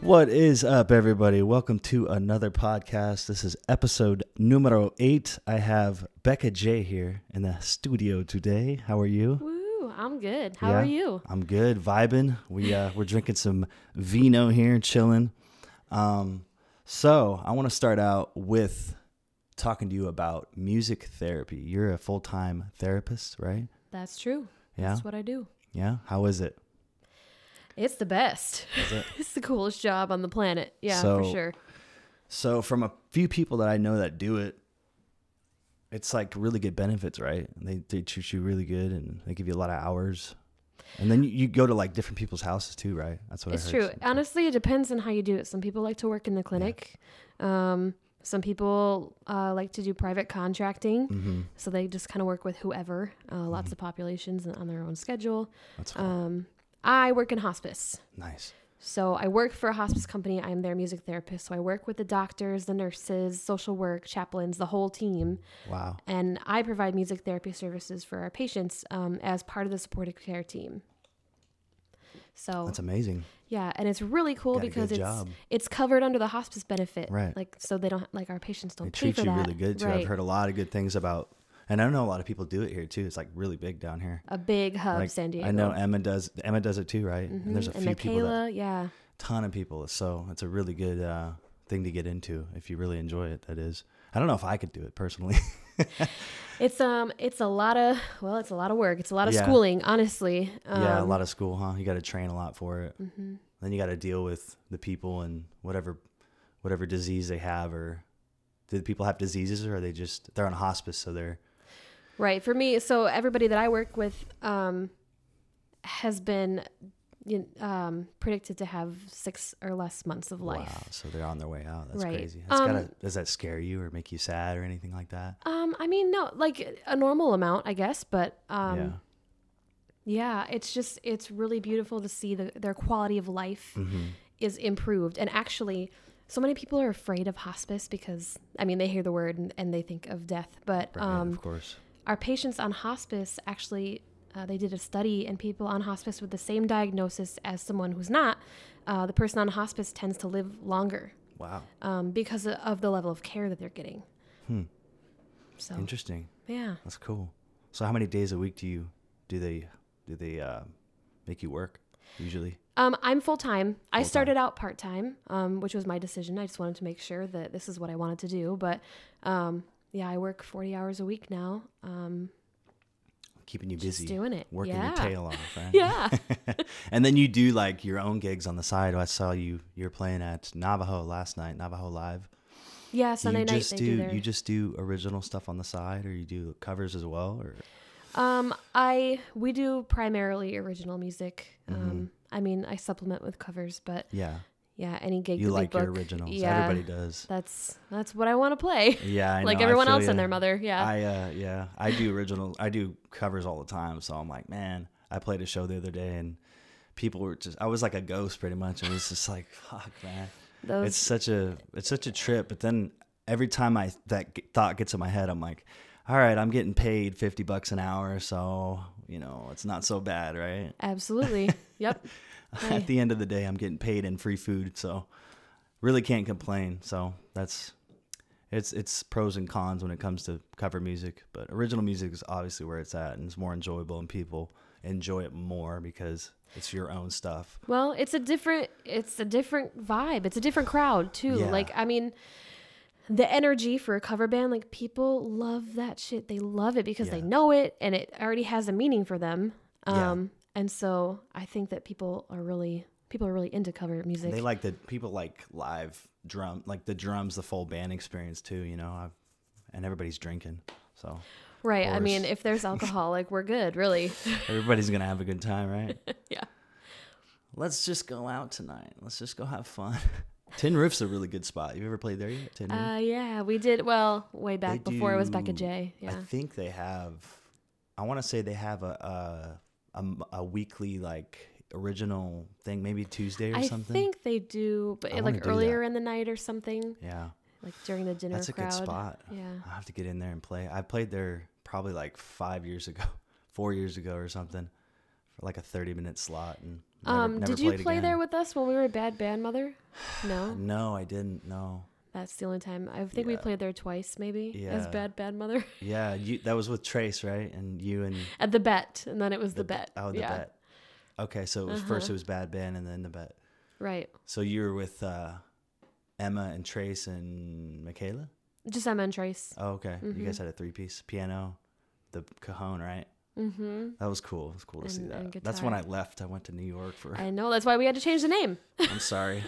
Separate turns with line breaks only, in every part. What is up, everybody? Welcome to another podcast. This is episode numero eight. I have Becca J here in the studio today. How are you?
Woo, I'm good. How
Yeah.
are you?
I'm good, vibing. We uh, we're drinking some vino here, chilling. Um, so I want to start out with talking to you about music therapy. You're a full time therapist, right?
That's true.
Yeah,
That's what I do.
yeah. How is it?
It's the best.
it?
it's the coolest job on the planet. Yeah,
So-
for sure.
So from a few people that I know that do it, it's like really good benefits, right? And they they treat you really good and they give you a lot of hours. And then you, you go to like different people's houses too, right? That's what
It's
I heard.
true. Honestly, it depends on how you do it. Some people like to work in the clinic. Um, some people uh, like to do private contracting,
Mm-hmm.
so they just kind of work with whoever. Uh, lots of populations and on their own schedule.
That's cool.
Um, I work in hospice.
nice.
So I work for a hospice company. I'm their music therapist. So I work with the doctors, the nurses, social work, chaplains, the whole team.
Wow.
And I provide music therapy services for our patients um, as part of the supportive care team. So
That's amazing.
yeah, and it's really cool
Got a
because
good
it's
job.
it's covered under the hospice benefit,
Right.
Like so they don't like our patients don't
They
pay
treat
for
you
that.
really good too.
Right.
I've heard a lot of good things about and I know a lot of people do it here too. It's like really big down here.
a big hub,
Like,
San Diego. Mm-hmm.
I know Emma does Emma does it too, right? And there's a
and
few people that
Michaela, yeah,
ton of people. So it's a really good uh, thing to get into if you really enjoy it. That is, I don't know if I could do it personally.
it's um, it's a lot of well, it's a lot of work. It's a lot of
Yeah.
schooling, honestly. Um, mm-hmm.
yeah, a lot of school, huh? You got to train a lot for it. Then you got to deal with the people and whatever, whatever disease they have. Or do the people have diseases, or are they just they're on hospice, so they're
Right. For me, so everybody that I work with um, has been you know, um, predicted to have six or less months of life.
wow, so they're on their way out. That's
Right.
crazy. That's
Um,
gotta, does that scare you or make you sad or anything like that?
Um, I mean, no, like a normal amount, I guess, but um, yeah. it's just it's really beautiful to see the, their quality of life
Mm-hmm.
is improved. And actually, so many people are afraid of hospice because I mean they hear the word and, and they think of death, but
Right,
um,
of course.
our patients on hospice actually uh, they did a study and people on hospice with the same diagnosis as someone who's not uh, the person on hospice tends to live longer
Wow,
um, because o- of the level of care that they're getting
Hmm.
so
interesting.
yeah
That's cool. So how many days a week do you do they do they uh, make you work usually?
um, i'm full-time i started out part-time um, which was my decision i just wanted to make sure that this is what i wanted to do but um, yeah i work 40 hours a week now um,
Keeping you
Just
busy,
doing it.
working your
Yeah.
tail off, right?
yeah
and then you do like your own gigs on the side. I saw you you're playing at Navajo last night, Navajo Live.
yeah sunday
you
night
just
they
do,
do their
you just do original stuff on the side, or you do covers as well, or
Um, I we do primarily original music.
Mm-hmm.
Um, I mean, I supplement with covers, but
yeah,
yeah, any gig
you
that they
like your
book,
originals.
Yeah,
Everybody does.
That's that's what I want to play.
Yeah, I
like
know, I
everyone
feel
else
ya.
and their mother. Yeah,
I uh yeah, I do original I do covers all the time, so I'm like, man, I played a show the other day and people were just I was like a ghost pretty much. It was just like, fuck, man.
those
It's such a it's such a trip, but then every time I that g- thought gets in my head, I'm like, all right, I'm getting paid 50 bucks an hour, so, you know, it's not so bad, right?
absolutely. yep. Right.
At the end of the day, I'm getting paid in free food, so really can't complain. So, that's it's it's pros and cons when it comes to cover music, but original music is obviously where it's at and it's more enjoyable and people enjoy it more because it's your own stuff.
Well, it's a different it's a different vibe. It's a different crowd too.
Yeah.
Like I mean the energy for a cover band, like people love that shit. They love it because they
Yeah.
know it and it already has a meaning for them.
Yeah.
Um and so I think that people are really people are really into cover music.
They like the people like live drum, like the drums, the full band experience too. You know, I've, and everybody's drinking, so
right. I
course. Mm-hmm.
mean, if there's alcohol, like we're good, really.
everybody's gonna have a good time, right?
yeah.
Let's just go out tonight. Let's just go have fun. Tin Roof's a really good spot. You ever played there yet? Tin Roof.
Uh yeah, we did well way back
They
before it was Becca
do-
J. Yeah.
I think they have. I want to say they have a a, a m- a weekly like original thing, maybe Tuesday or
I
something.
think they do, but
I wanna
like
do
earlier in the night or something,
yeah,
like during the dinner
that's a
crowd.
good spot.
Yeah.
I have to get in there and play. I played there probably like five years ago, four years ago or something. for like a 30 minute slot and never,
Um,
never
did you
played
play
again.
there with us when we were a bad band mother? No,
No, I didn't. No.
that's the only time. I think we
Yeah.
played there twice, maybe as
Yeah.
bad bad mother
Yeah, you that was with Trace, right? And you and
at the bet, and then it was the, bet.
Oh, the
yeah. Uh-huh.
bet. Okay, so it was first it was Bad Band and then the bet.
right?
So you were with uh, Emma and Trace and Michaela.
Just Emma and Trace.
Oh, okay. You guys had a three piece piano, the cajon, right?
Mm-hmm.
That was cool. It was cool to see
And- and
that. That's when I
guitar.
left. I went to New York for.
I know that's why we had to change the name.
I'm sorry.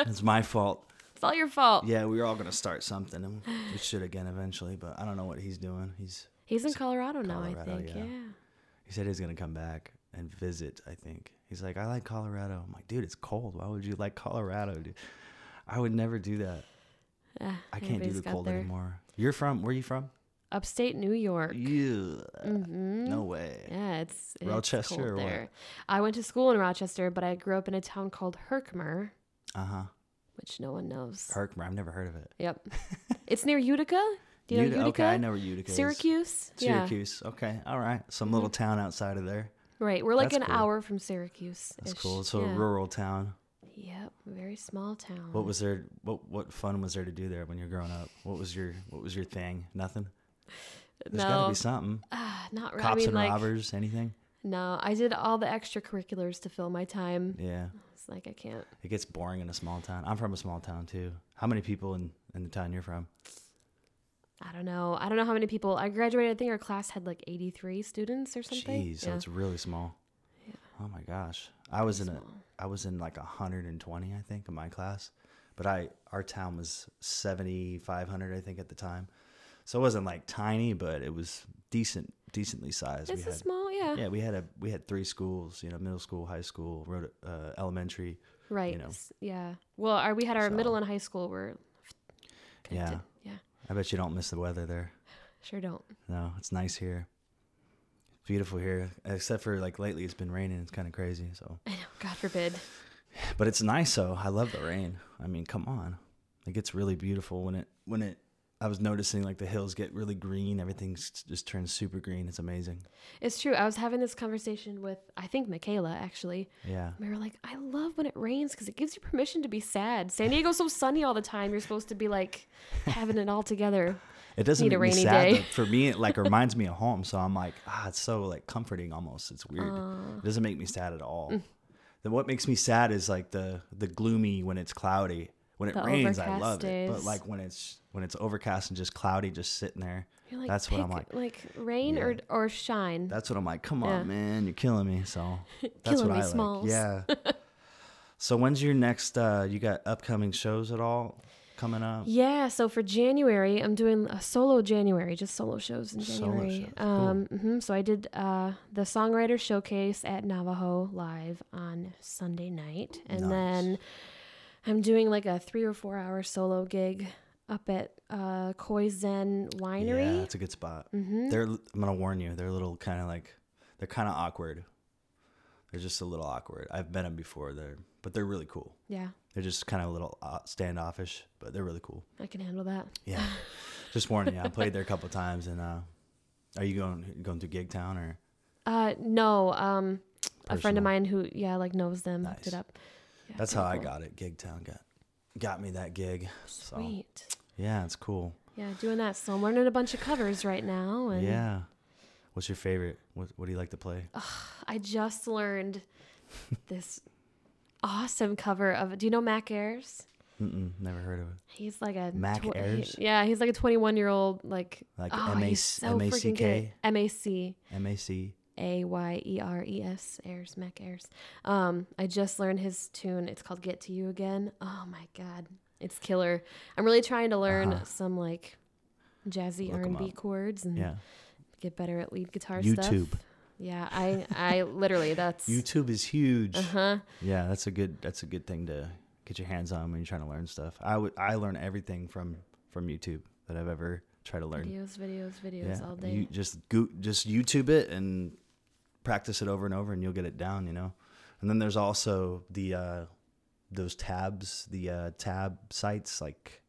it's my fault.
It's all your fault.
Yeah, we were all gonna start something. and We should again eventually, but I don't know what he's doing. He's
He's in Colorado now, I
Colorado,
think.
yeah.
Yeah.
He said he's gonna come back and visit. I think he's like, I like Colorado. I'm like, dude, it's cold. Why would you like Colorado? Dude? I would never do that.
Ah,
I can't do
everybody's
the
got
cold
their-
anymore. You're from? Where you from?
Upstate New York.
Yeah.
Mm-hmm.
No way.
Yeah, it's, it's
Rochester
cold
or what?
there. I went to school in Rochester, but I grew up in a town called Herkimer,
Uh huh.
which no one knows.
Herkimer. I've never heard of it.
yep, it's near Utica. Do you know
Uti-
Utica?
Okay, I know where Utica is.
Syracuse. Mm-hmm.
Syracuse. Okay. All right. Some little town outside of there.
Yeah, right. We're like
That's
an
cool.
hour from Syracuse.
That's cool. So
yeah. Mm-hmm.
a rural town.
Yep, very small town.
What was there? What what fun was there to do there when you're growing up? What was your What was your thing? Nothing. There's got to
no,
be something.
ah, not really.
Cops
I mean,
and
like,
robbers. Anything?
No, I did all the extracurriculars to fill my time.
Yeah.
It's like I can't.
It gets boring in a small town. I'm from a small town too. How many people in, in the town you're from?
I don't know. I don't know how many people I graduated. I think our class had like 83 students or something.
Jeez, so it's really small. Oh my gosh. I was in a I was in like 120, I think, in my class. But I our town was 7500 I think at the time. So it wasn't like tiny, but it was decent decently sized.
it's
we
a
had
small, yeah.
Yeah, we had a we had three schools, you know, middle school, high school, road, uh, elementary.
Right.
know.
s- Yeah. Well, our, we had our
So-
middle and high school were
Yeah.
connected. Yeah.
I bet you don't miss the weather there.
Sure don't.
No, it's nice here. It's beautiful here, except for like lately it's been raining. It's kind of crazy. So,
I know. God forbid.
but it's nice though. I love the rain. I mean, come on, it gets really beautiful when it when it. I was noticing like the hills get really green. Everything's just turns super green. It's amazing.
It's true. I was having this conversation with, I think, Michaela, actually.
Yeah,
We were like, I love when it rains because it gives you permission to be sad. San Diego's so sunny all the time. You're supposed to be like having it all together.
it doesn't
Need a
make me
rainy
sad.
day.
though. For me, it like reminds me of home. So I'm like, ah, it's so like comforting almost. It's weird. it doesn't make me sad at all.
Mm.
Then what makes me sad is like the the gloomy when it's cloudy. When it
The
rains, I
overcast
love it. But
days.
like when it's when it's overcast and just cloudy, just sitting there.
You're like,
that's what I'm
pick,
like.
rain or, or shine.
That's what I'm like. Come on,
Yeah.
man, you're killing me. So that's
Killing
what
me,
I like.
Smalls.
Yeah. so when's your next? uh You got upcoming shows at all coming up?
Yeah, so for January, I'm doing a solo January, just solo shows in
Solo
January.
shows, cool.
Um, mhm, so I did uh, the songwriter showcase at Navajo live on Sunday night, and
Nice.
then I'm doing like a three or four hour solo gig up at uh, Koi Zen
Yeah,
Winery. Mm-hmm.
that's a good spot. They're. I'm gonna warn you. They're a little kind of like. They're kind of awkward. They're just a little awkward. I've met them before. They're but they're really cool.
Yeah,
They're just kind of a little uh, standoffish, but they're really cool.
I can handle that.
Yeah. just warning you. I played there a couple times, and uh, are you going going to Gig Town or?
Uh, no, um, a friend
Personal.
of mine who yeah like knows them hooked it
Nice.
up. Yeah,
That's
pretty
how I
cool.
got it. Gig Town got got me that gig. So
Sweet.
yeah, it's cool.
Yeah, doing that. So I'm learning a bunch of covers right now, and
Yeah. What's your favorite? What What do you like to play?
I just learned this awesome cover of. Do you know Mac Ayers?
Mm-mm, never heard of it.
He's like a
Mac
he-
Ayers?
yeah, he's like a 21 year old like
Like
oh, he's
M A-
so freaking good.
M.A.C.K.?
M A C
M A C.
A Y E R E S Ayers Mac Ayers. Um, I just learned his tune. It's called "Get to You Again." Oh my god, it's killer. I'm really trying to learn
Uh-huh.
some like jazzy
Look 'em
R&B
up.
chords and
Yeah.
get better at lead guitar
YouTube.
stuff. Yeah, I I literally that's Uh-huh.
YouTube is huge.
huh.
Yeah, that's a good that's a good thing to get your hands on when you're trying to learn stuff. I would I learn everything from from YouTube that I've ever tried to learn.
Videos, videos, videos all day.
You just go, just YouTube it and practice it over and over, and you'll get it down. You know. And then there's also the uh, those tabs, the uh, tab sites. Like,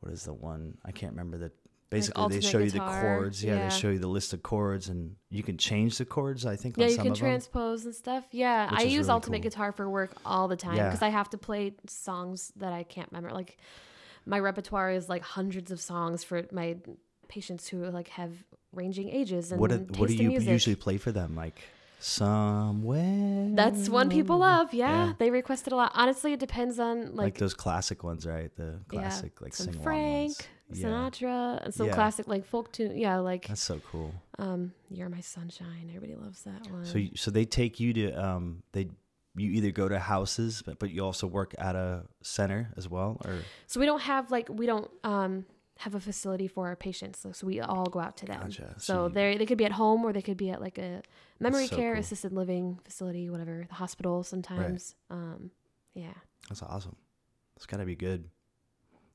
what is the one? I can't remember the basically they
alternate
show you the
guitar.
chords. Yeah,
Yeah.
they show you the list of chords, and you can change the chords. I think
Yeah,
on
you
some
can
of them.
transpose and stuff. Yeah,
Which
I
is
use
really
Ultimate
cool.
Guitar for work all the time
Yeah.
because I have to play songs that I can't remember. Like my repertoire is like hundreds of songs for my patients who like have ranging ages and
What do,
taste
what do
in
you
music.
usually play for them? Like somewhere.
That's one people love. Yeah,
Mm. Yeah.
they request it a lot. Honestly, it depends on
like,
like,
those classic ones, right? The
yeah,
classic like
some
sing
Frank
ones. Yeah,
Sinatra, and some
Yeah.
classic like folk tune. Yeah, like
that's so cool.
um, "You're My Sunshine." Everybody loves that one.
So you, so they take you to um they you either go to houses, but but you also work at a center as well, or
So we don't have like we don't um have a facility for our patients. So, so we all go out to them.
Gotcha. So
Um, So
you-
they they could be at home or they could be at like a memory
so
care,
cool.
assisted living facility, whatever, the hospital sometimes. Um yeah.
that's awesome. It's got to be good,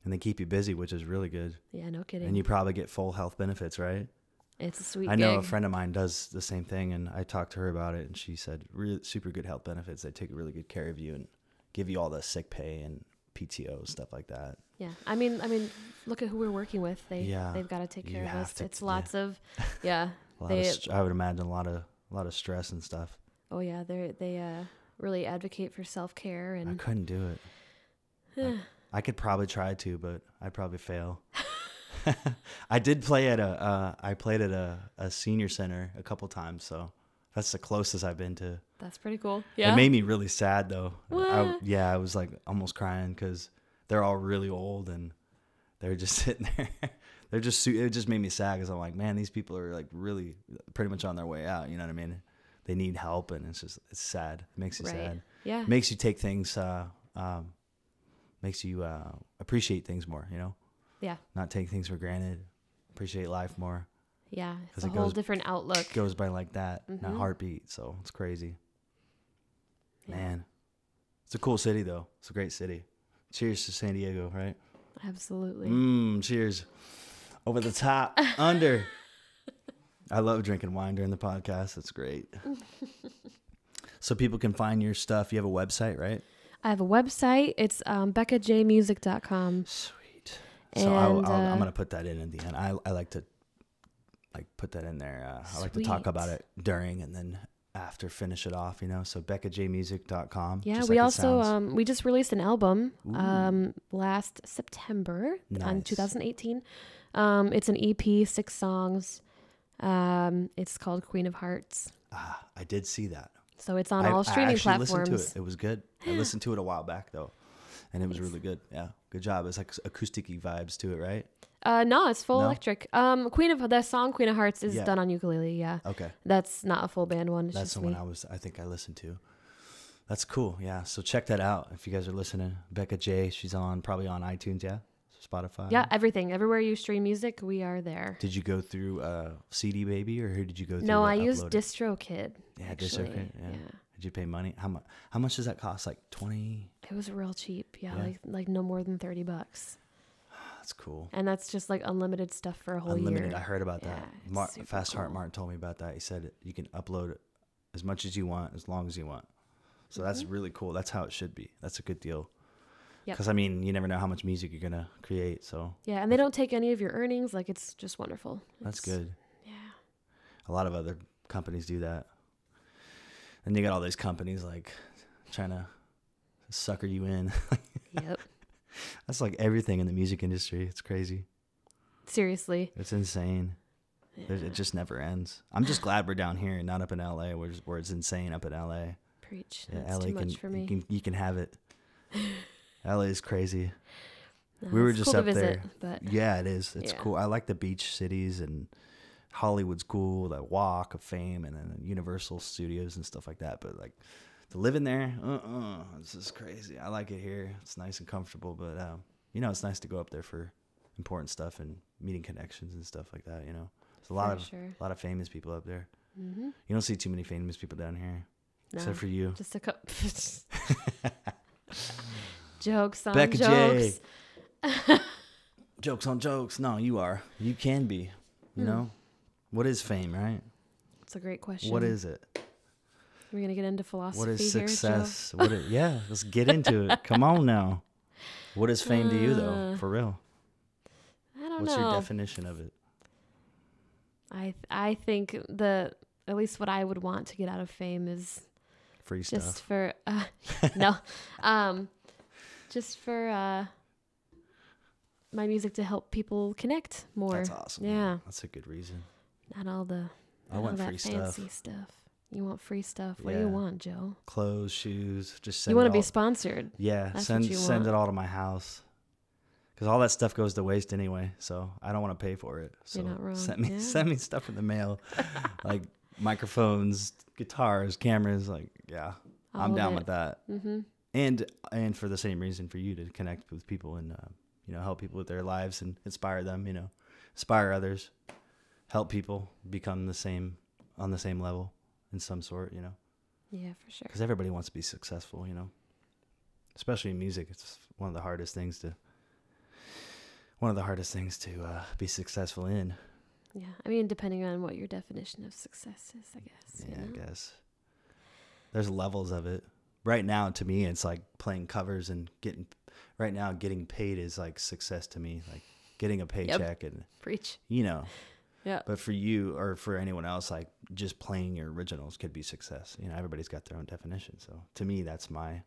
and they keep you busy, which is really good.
Yeah, no kidding.
And you probably get full health benefits, right?
it's a sweet
I know a
gig.
friend of mine does the same thing, and I talked to her about it, and she said really super good health benefits. They take really good care of you and give you all the sick pay and PTO stuff like that.
Yeah. I mean I mean look at who we're working with. They
Yeah,
they've got to take
you
care of
have
us.
to-
it's
yeah.
lots of yeah.
A lot
they
of str- I would imagine a lot of a lot of stress and stuff.
oh yeah, they they uh really advocate for self-care
I
and
couldn't do it. I could probably try to, but I'd probably fail. I did play at a uh, I played at a, a senior center a couple times, so that's the closest I've been to.
that's pretty cool. Yeah.
It made me really sad though. I,
What?
yeah, I was like almost crying because they're all really old and they're just sitting there. they're just su- it just made me sad because I'm like, man, these people are like really pretty much on their way out. You know what I mean? They need help, and it's just it's sad. It makes you
right. Mm.
sad.
Yeah.
Makes you take things. Uh, um, makes you uh, appreciate things more. You know,
yeah.
not take things for granted. Appreciate life more.
Yeah. It's
'Cause
a
it
whole
goes-
different outlook.
Goes by like that, not
Mhm.
heartbeat. So it's crazy.
Yeah.
Man, it's a cool city though. It's a great city. Cheers to San Diego, right?
Absolutely.
Mmm, cheers. Over the top, under. I love drinking wine during the podcast. It's great. so people can find your stuff. You have a website, right?
I have a website. It's um, beccajmusic.com.
Sweet. So I'll,
And,
I'll,
uh,
I'm gonna put that in at the end. I, I like to like put that in there. Uh, I like to talk
Sweet.
about it during and then after finish it off. You know, so BeccaJMusic.com.
Yeah,
just
we
like it
also
sounds.
um, we just released an album
Ooh.
um, last September on
Nice.
2018. Um, it's an EP, six songs. Um, it's called Queen of Hearts.
ah, I did see that.
So it's on
I-
all
I
streaming
actually
platforms.
Listened to it. It was good. I listened to it a while back though, and it was really good. Yeah, good job. It's like acoustic vibes to it, right?
Uh, no, it's full
No?
electric. Um, Queen of the song Queen of Hearts is
Yeah.
done on ukulele. Yeah,
Okay,
that's not a full band one. It's
that's
just
the one
me.
I was. I think I listened to. That's cool. Yeah. So check that out if you guys are listening. Becca J. She's on probably on iTunes. Yeah, Spotify.
yeah, everything, everywhere you stream music, we are there.
Did you go through uh, CD Baby or who did you go through?
No,
to
I use
upload it?
DistroKid.
Yeah,
actually.
DistroKid, Yeah. Did you pay money? How much? How much does that cost? Like twenty.
It was real cheap. Yeah,
Yeah.
like like no more than 30 bucks.
That's cool.
And that's just like unlimited stuff for a whole
Unlimited.
year.
I heard about
Oh, Yeah,
that.
it's
Mar-
super
Fast Heart
cool.
Martin told me about that. He said you can upload as much as you want, as long as you want. So that's really cool. That's how it should be. That's a good deal.
Mm-hmm. Yep.
Because I mean, you never know how much music you're gonna create. So
Yeah, and they don't take any of your earnings. Like it's just wonderful.
that's
It's-
good.
Yeah.
A lot of other companies do that. And you got all these companies like trying to sucker you in.
Yep.
that's like everything in the music industry. It's crazy.
Seriously.
It's insane. There's,
Yeah.
it just never ends. I'm just glad we're down here and not up in LA, where, it's- where it's insane up in LA.
Preach.
Yeah,
that's
LA
too much
can,
for
You
me.
can you can have it. LA is crazy.
No,
we were
it's
just
cool to
up
visit, But
Yeah, it is. It's
Yeah.
cool. I like the beach cities and Hollywood's cool. That Walk of Fame and then Universal Studios and stuff like that. But like to live in there, uh, uh it's just crazy. I like it here. It's nice and comfortable. But um, you know, it's nice to go up there for important stuff and meeting connections and stuff like that. You know, there's a lot
For
of
sure.
a lot of famous people up there.
hmm
You don't see too many famous people down here,
No.
except for you.
Just a couple. jokes on
Becca J.
jokes.
jokes on jokes. No, you are. You can be.
Hmm.
You know, what is fame, right?
It's a great question.
What is it?
We're gonna get into philosophy
What is
here, Joe.
success? What? Is, yeah, let's get into it. Come on now. What is fame to you, though? For real,
Uh, I don't don't
What's
know.
your definition of it?
I th- I think the at least what I would want to get out of fame is
Free stuff.
just for uh, no, um, just for uh, my music to help people connect more.
That's awesome.
yeah.
That's a good reason.
Not all the
I
not all
want
that
free stuff.
fancy stuff. You want free stuff. What do
Yeah.
you want, Joe?
Clothes, shoes, just send
you want
it
to be
all-
sponsored.
Yeah,
That's
send
what you
send
want.
it all to my house. Cuz all that stuff goes to waste anyway, so I don't want to pay for it. So
You're not wrong.
send me
Yeah.
send me stuff in the mail. like microphones, guitars, cameras, like yeah. I'm
All of
down
it.
with that.
Mm-hmm.
And and for the same reason for you to connect with people and uh, you know, help people with their lives and inspire them, you know. Inspire others. Help people become the same on the same level in some sort, you know
Yeah, for sure.
because everybody wants to be successful, you know. Especially in music, it's one of the hardest things to one of the hardest things to uh, be successful in.
Yeah, I mean, depending on what your definition of success is, I guess.
Yeah,
you know?
I guess there's levels of it. Right now, to me, it's like playing covers and getting. Right now, getting paid is like success to me, like getting a paycheck and
Preach.
you know.
Yeah.
But for you or for anyone else, like just playing your originals could be success. You know, everybody's got their own definition. So to me, that's my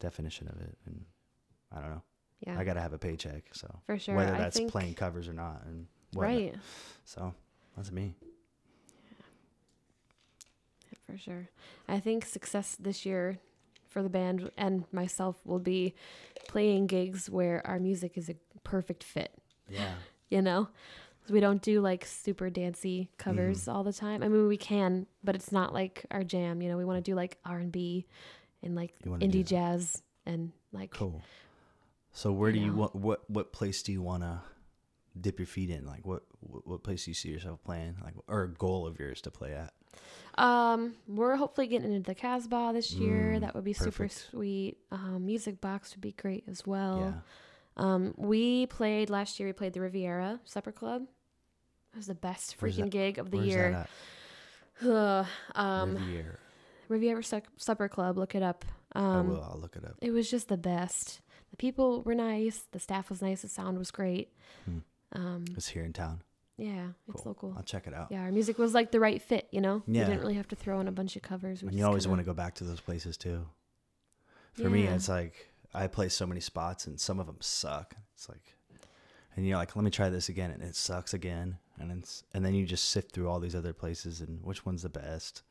definition of it. And I don't know.
Yeah,
I got to have a paycheck. So
for sure.
whether
I
that's
think,
playing covers or not, and whatnot.
right.
So that's me.
For sure. I think success this year for the band and myself will be playing gigs where our music is a perfect fit,
Yeah.
you know? 'Cause We don't do like super dancey covers
Mm-hmm.
all the time. I mean, we can, but it's not like our jam, you know? We want to do like R&B and like
You wanna do
indie
that.
jazz and like
Oh, Cool. So where do you
know.
want what what place do you want to dip your feet in? Like what what what place do you see yourself playing? Like or a goal of yours to play at?
Um, we're hopefully getting into the Casbah this year.
Mm,
that would be
perfect.
super sweet. Um, Music Box would be great as well.
Yeah.
Um, we played last year. We played the Riviera Supper Club. That was the best
Where's
freaking
that-
gig of the
Where's
year.
that
Ugh.
at?
um,
Riviera.
Riviera Sup- Supper Club. Look it up.
I
Um,
will. I'll look it up.
it was just the best. The people were nice. The staff was nice. The sound was great.
Hmm.
Um,
It's here in town.
yeah, it's
Cool.
local.
I'll check it out.
Yeah, our music was like the right fit. You know,
Yeah.
we didn't really have to throw in a bunch of covers. We
and you
just
always
kinda-
want to go back to those places too. For me,
Yeah.
it's like I play so many spots and some of them suck. It's like, and you're like, let me try this again, and it sucks again, and it's and then you just sift through all these other places and which one's the best?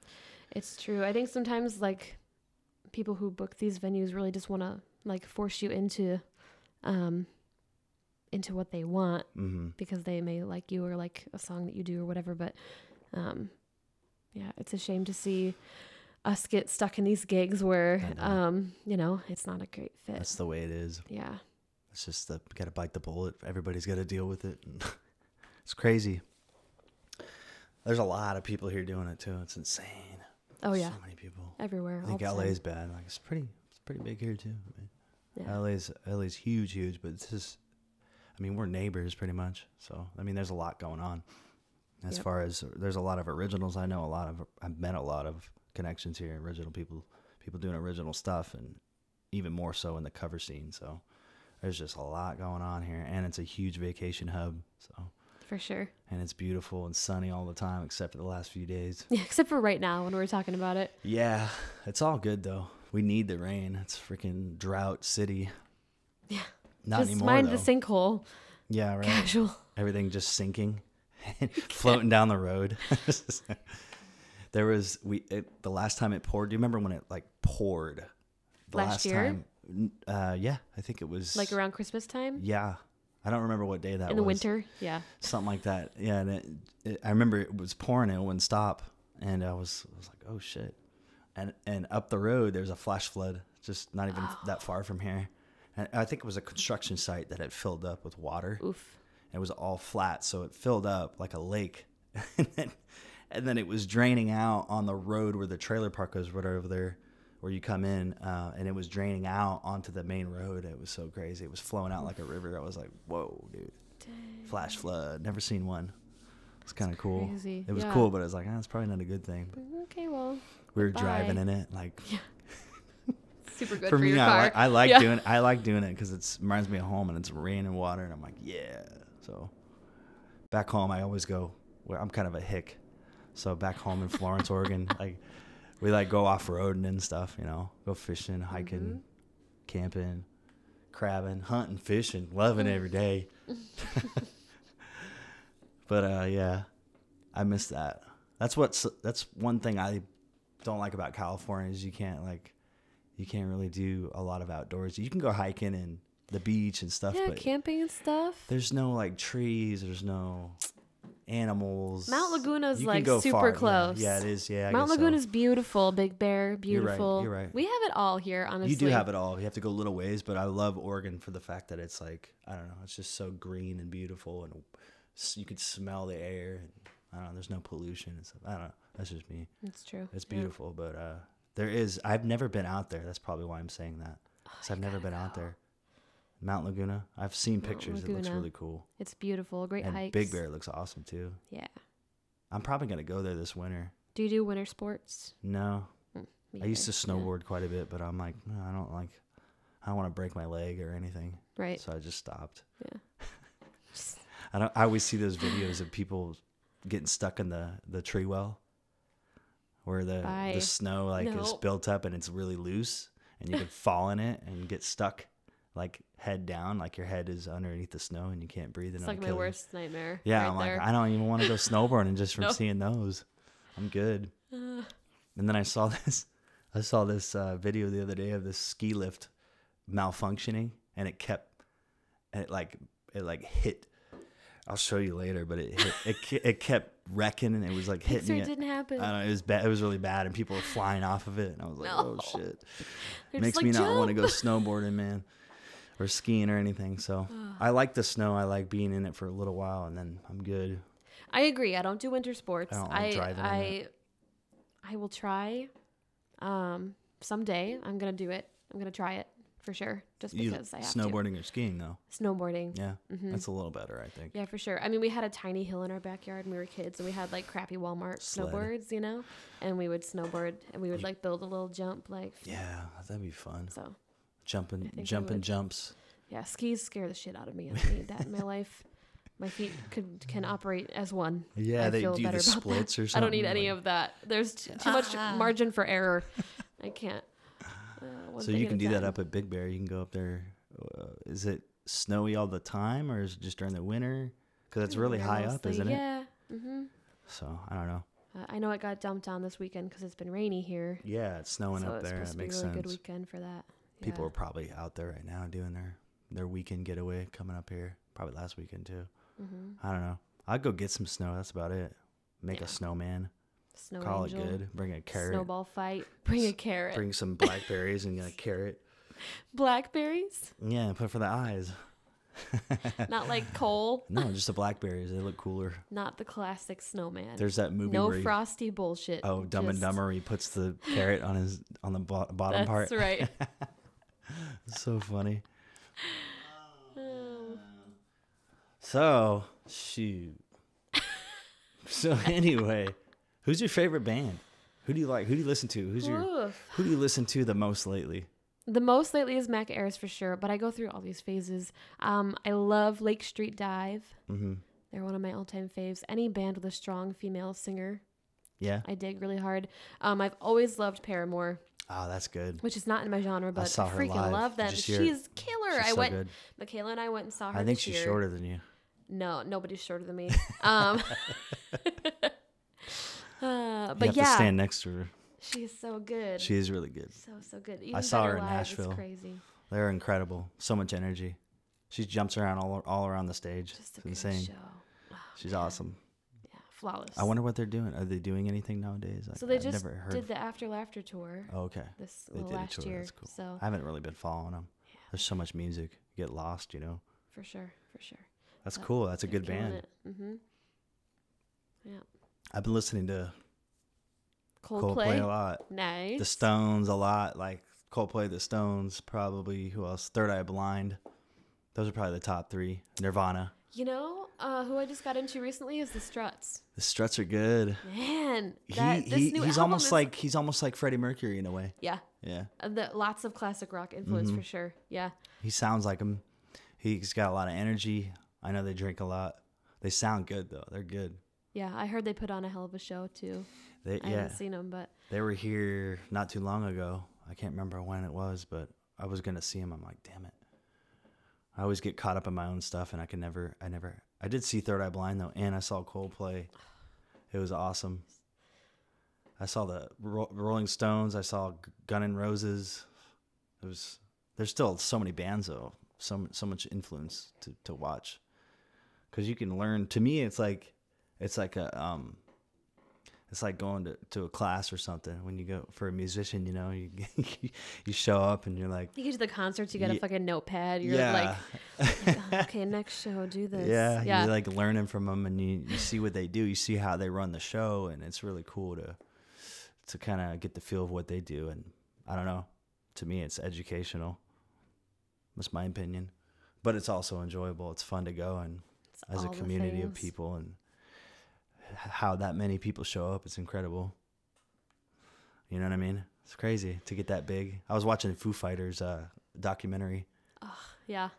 It's true. I think sometimes like people who book these venues really just want to like force you into um into what they want
Mm-hmm.
because they may like you or like a song that you do or whatever, but um yeah, it's a shame to see us get stuck in these gigs where
I know.
um you know, it's not a great fit.
That's the way it is.
yeah.
It's just the gotta bite the bullet. Everybody's got to deal with it. And it's crazy. There's a lot of people here doing it too. It's insane.
Oh yeah.
so many people.
Everywhere.
I
all
think
the time.
LA is bad. Like it's pretty, it's pretty big here too. I mean,
Yeah.
LA's LA's huge, huge, but this is I mean, we're neighbors pretty much. So, I mean, there's a lot going on. As
Yep.
far as there's a lot of originals, I know a lot of I've met a lot of connections here, original people, people doing original stuff and even more so in the cover scene. So, there's just a lot going on here and it's a huge vacation hub. So,
For sure.
and it's beautiful and sunny all the time except for the last few days.
Yeah, except for right now when we're talking about it.
Yeah, it's all good though. We need the rain. It's freaking drought city.
Yeah.
Not
just
anymore
mind
though.
the sinkhole.
yeah, right.
Casual.
everything just sinking and floating down the road there was we it, the last time it poured do you remember when it like poured the
Last year?
time n- uh yeah i think it was
Like around Christmas time?
yeah i don't remember what day that was
in the winter. Yeah.
something like that yeah and it, it, i remember it was pouring and it wouldn't stop and i was i was like oh shit and and up the road there was a flash flood just not even that far from here and i think it was a construction site that had filled up with water
Oof.
it was all flat so it filled up like a lake and then and then it was draining out on the road where the trailer park goes right over there where you come in uh, and it was draining out onto the main road it was so crazy it was flowing out like a river i was like whoa dude flash flood never seen one it's kind of cool
crazy.
it was
Yeah.
cool but i was like ah, it's probably not a good thing but
Okay, well,
we were
Bye.
driving in it like
super good
for,
for,
me
your
I,
car.
like I like
Yeah.
doing i like doing it because it reminds me of home and it's rain and water and i'm like yeah So back home, I always go where I'm kind of a hick. So back home in Florence, Oregon, like we like go off roading and stuff, you know, go fishing, hiking,
Mm-hmm.
camping, crabbing, hunting, fishing, loving every
Mm.
day. but uh, yeah, I miss that. That's what's that's one thing I don't like about California is you can't like you can't really do a lot of outdoors. You can go hiking and the beach and stuff,
yeah,
but
camping and stuff.
there's no like trees. There's no animals.
Mount Laguna's,
You can
like,
go
super
far, yeah.
close.
Yeah, it is. Yeah, I
Mount
guess so.
Lagoon is beautiful. Big Bear,
right,
beautiful.
you're right.
We have it all here, honestly.
You do have it all. You have to go little ways, but I love Oregon for the fact that it's like I don't know. It's just so green and beautiful, and s- you could smell the air. And, I don't know. There's no pollution and stuff. I don't know. That's just me.
It's true.
It's beautiful, but uh, there is. I've never been out there. That's probably why I'm saying that. 'cause
Oh,
I've never been out there. Mount Laguna. I've seen pictures. It looks
Laguna.
really cool.
It's beautiful. Great
And
hikes.
Big Bear looks awesome too.
Yeah.
I'm probably gonna go there this winter.
Do you do winter sports?
No,
Me
I used to
either.
snowboard quite a bit, but I'm like, no, I don't like. I don't want to break my leg or anything.
Right.
So I just stopped.
Yeah.
I don't. I always see those videos of people getting stuck in the the tree well, where the
Bye.
the snow like is
No.
built up and it's really loose, and you can fall in it and get stuck, like head down, like your head is underneath the snow and you can't breathe.
It's like my worst nightmare.
Yeah,
right
I'm
there.
like, "Ah, I don't even want to go snowboarding just from
No.
seeing those. I'm good. and then I saw this, I saw this uh, video the other day of this ski lift malfunctioning, and it kept, and it like, it like hit. I'll show you later, but it hit, it ke- it kept wrecking, and it was like hitting
Pixar
it.
didn't happen.
I don't know, it was bad. It was really bad, and people were flying off of it, and I was like,
No.
oh shit.
They're just
Makes
like,
me not want to
"Jump."
go snowboarding, man, or skiing or anything. So I like the snow. I like being in it for a little while, and then I'm good.
I agree. I don't do winter sports.
I don't like
I
driving in
I, I, will try. Um, someday I'm gonna do it. I'm gonna try it for sure. Just
You
because I have
snowboarding or skiing though,
to. Snowboarding.
yeah, that's a little better, I think.
Yeah, for sure. I mean, we had a tiny hill in our backyard when we were kids, and we had like crappy Walmart
Sled.
snowboards, you know, and we would snowboard and we would like build a little jump, like
Yeah, that'd be fun.
so.
Jumping,
I
jumping
would.
jumps.
Yeah, skis scare the shit out of me. I don't need that in my life. My feet could can operate as one.
Yeah,
I
they
feel
do the
better about
splits
that.
or
I don't need
something,
any
like-
of that. There's t- too much margin for error. I can't. Uh, one
So you
thing
can
at a
do that
time.
up at Big Bear. You can go up there. Uh, is it snowy all the time, or is it just during the winter? Because it's really high up,
Mostly,
isn't it?
Yeah. Mm-hmm.
So I don't know.
Uh, I know it got dumped on this weekend because it's been rainy here.
Yeah, it's snowing
so
up
it's
there.
supposed
That
to be a
makes
really good
sense.
weekend for that.
People
Yeah.
are probably out there right now doing their their weekend getaway coming up here. Probably last weekend too.
Mm-hmm.
I don't know. I'd go get some snow. That's about it. Make a snowman.
Snow
call
angel.
it good. Bring a carrot.
Snowball fight. Bring a carrot.
Bring some blackberries and a carrot.
Blackberries.
Yeah, put for the eyes.
Not like coal.
No, just the blackberries. They look cooler.
Not the classic snowman.
There's that movie
no
where he-
frosty bullshit.
oh Dumb and
Just-
Dumber he puts the carrot on his on the bo- bottom
That's
part.
right.
It's so funny.
Oh.
So shoot. so anyway, who's your favorite band? Who do you like? Who do you listen to? Who's your
Oof.
who do you listen to the most lately?
The most lately is Mac Ayers for sure, but I go through all these phases. Um, I love Lake Street Dive.
Mm-hmm.
They're one of my all-time faves. Any band with a strong female singer,
Yeah.
I dig really hard. Um, I've always loved Paramore,
Oh, that's good.
which is not in my genre, but I,
saw her
freaking
live.
love
Did
them.
you see her?
She's killer.
She's
I
so
went.
good.
Michaela and I went and saw her.
I think
this
she's
year.
shorter than you.
No, nobody's shorter than me. Um, uh,
You
but
have
yeah,
to stand next to her.
she's so good.
She is really good.
so so good. Even
saw
better
her in
live. It's
Nashville.
crazy.
They're incredible. So much energy. She jumps around all all around the stage.
Just a
it's
good
insane.
show. Wow,
She's awesome.
yeah, flawless.
I wonder what they're doing. Are they doing anything nowadays? Like,
so they
I've
just
never heard.
did the After Laughter tour
oh, okay.
this
They
well,
did a
last
tour.
year.
That's cool.
So
I haven't really been following them. There's so much music. You get lost, you know.
for sure, for sure,
That's cool. That's a good band.
Mm-hmm. Yeah,
I've been listening to
Coldplay.
Coldplay a lot.
Nice.
The Stones a lot. Like Coldplay, The Stones, probably. Who else? Third Eye Blind. Those are probably the top three. Nirvana.
you know uh, who I just got into recently is the Struts.
The Struts are good.
Man,
He,
that, this
he,
new
he's
album
almost
is-
like he's almost like Freddie Mercury in a way.
yeah.
Yeah.
Uh, The, lots
Mm-hmm.
of classic rock influence for sure. Yeah.
He sounds like him. He's got a lot of energy. I know they drink a lot. They sound good though. They're good.
Yeah, I heard they put on a hell of a show too.
They
I
yeah.
haven't seen them, but
They were here not too long ago. I can't remember when it was, but I was gonna see him. I'm like, damn it. I always get caught up in my own stuff, and I can never. I never. I did see Third Eye Blind though, and I saw Coldplay. It was awesome. I saw the Ro- Rolling Stones. I saw Gun N' Roses. It was. There's still so many bands though. So so much influence to to watch, because you can learn. To me, it's like, it's like a um, it's like going to, to a class or something. When you go for a musician, you know, you you show up and you're like,
you get to the concerts, you got a
Ye-
fucking notepad. You're
yeah.
like, okay, next show, do this.
Yeah,
yeah.
you're like learning from them, and you, you see what they do. You see how they run the show, and it's really cool to to kind of get the feel of what they do. And I don't know, to me, it's educational. That's my opinion, but it's also enjoyable. It's fun to go and
It's
as a
all the
community of
things.
people, and h- how that many people show up, it's incredible. You know what I mean? It's crazy to get that big. I was watching Foo Fighters uh, documentary
Yeah.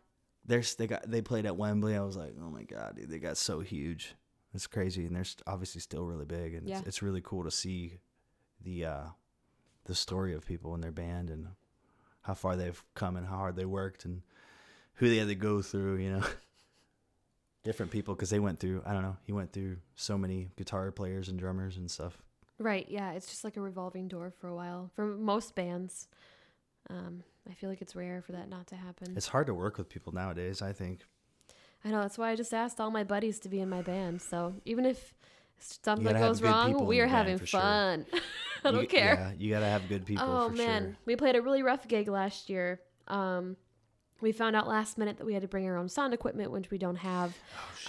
they're they got they played at Wembley. I was like, oh my god, dude, they got so huge. It's crazy, and they're st- obviously still really big, and
Yeah.
it's, it's really cool to see the uh, the story of people and their band and how far they've come and how hard they worked and who they had to go through. You know, different people because they went through. I don't know. He went through so many guitar players and drummers and stuff.
Right. Yeah. It's just like a revolving door for a while for most bands. Um, I feel like it's rare for that not to happen.
It's hard to work with people nowadays. I think
I know that's why I just asked all my buddies to be in my band. So even if something
gotta have
goes
good people
wrong,
in
we
your
are
band
having
for sure.
fun. I don't
You-
care.
Yeah, you gotta have good people.
Oh
for
man,
sure.
we played a really rough gig last year. Um, we found out last minute that we had to bring our own sound equipment, which we don't have.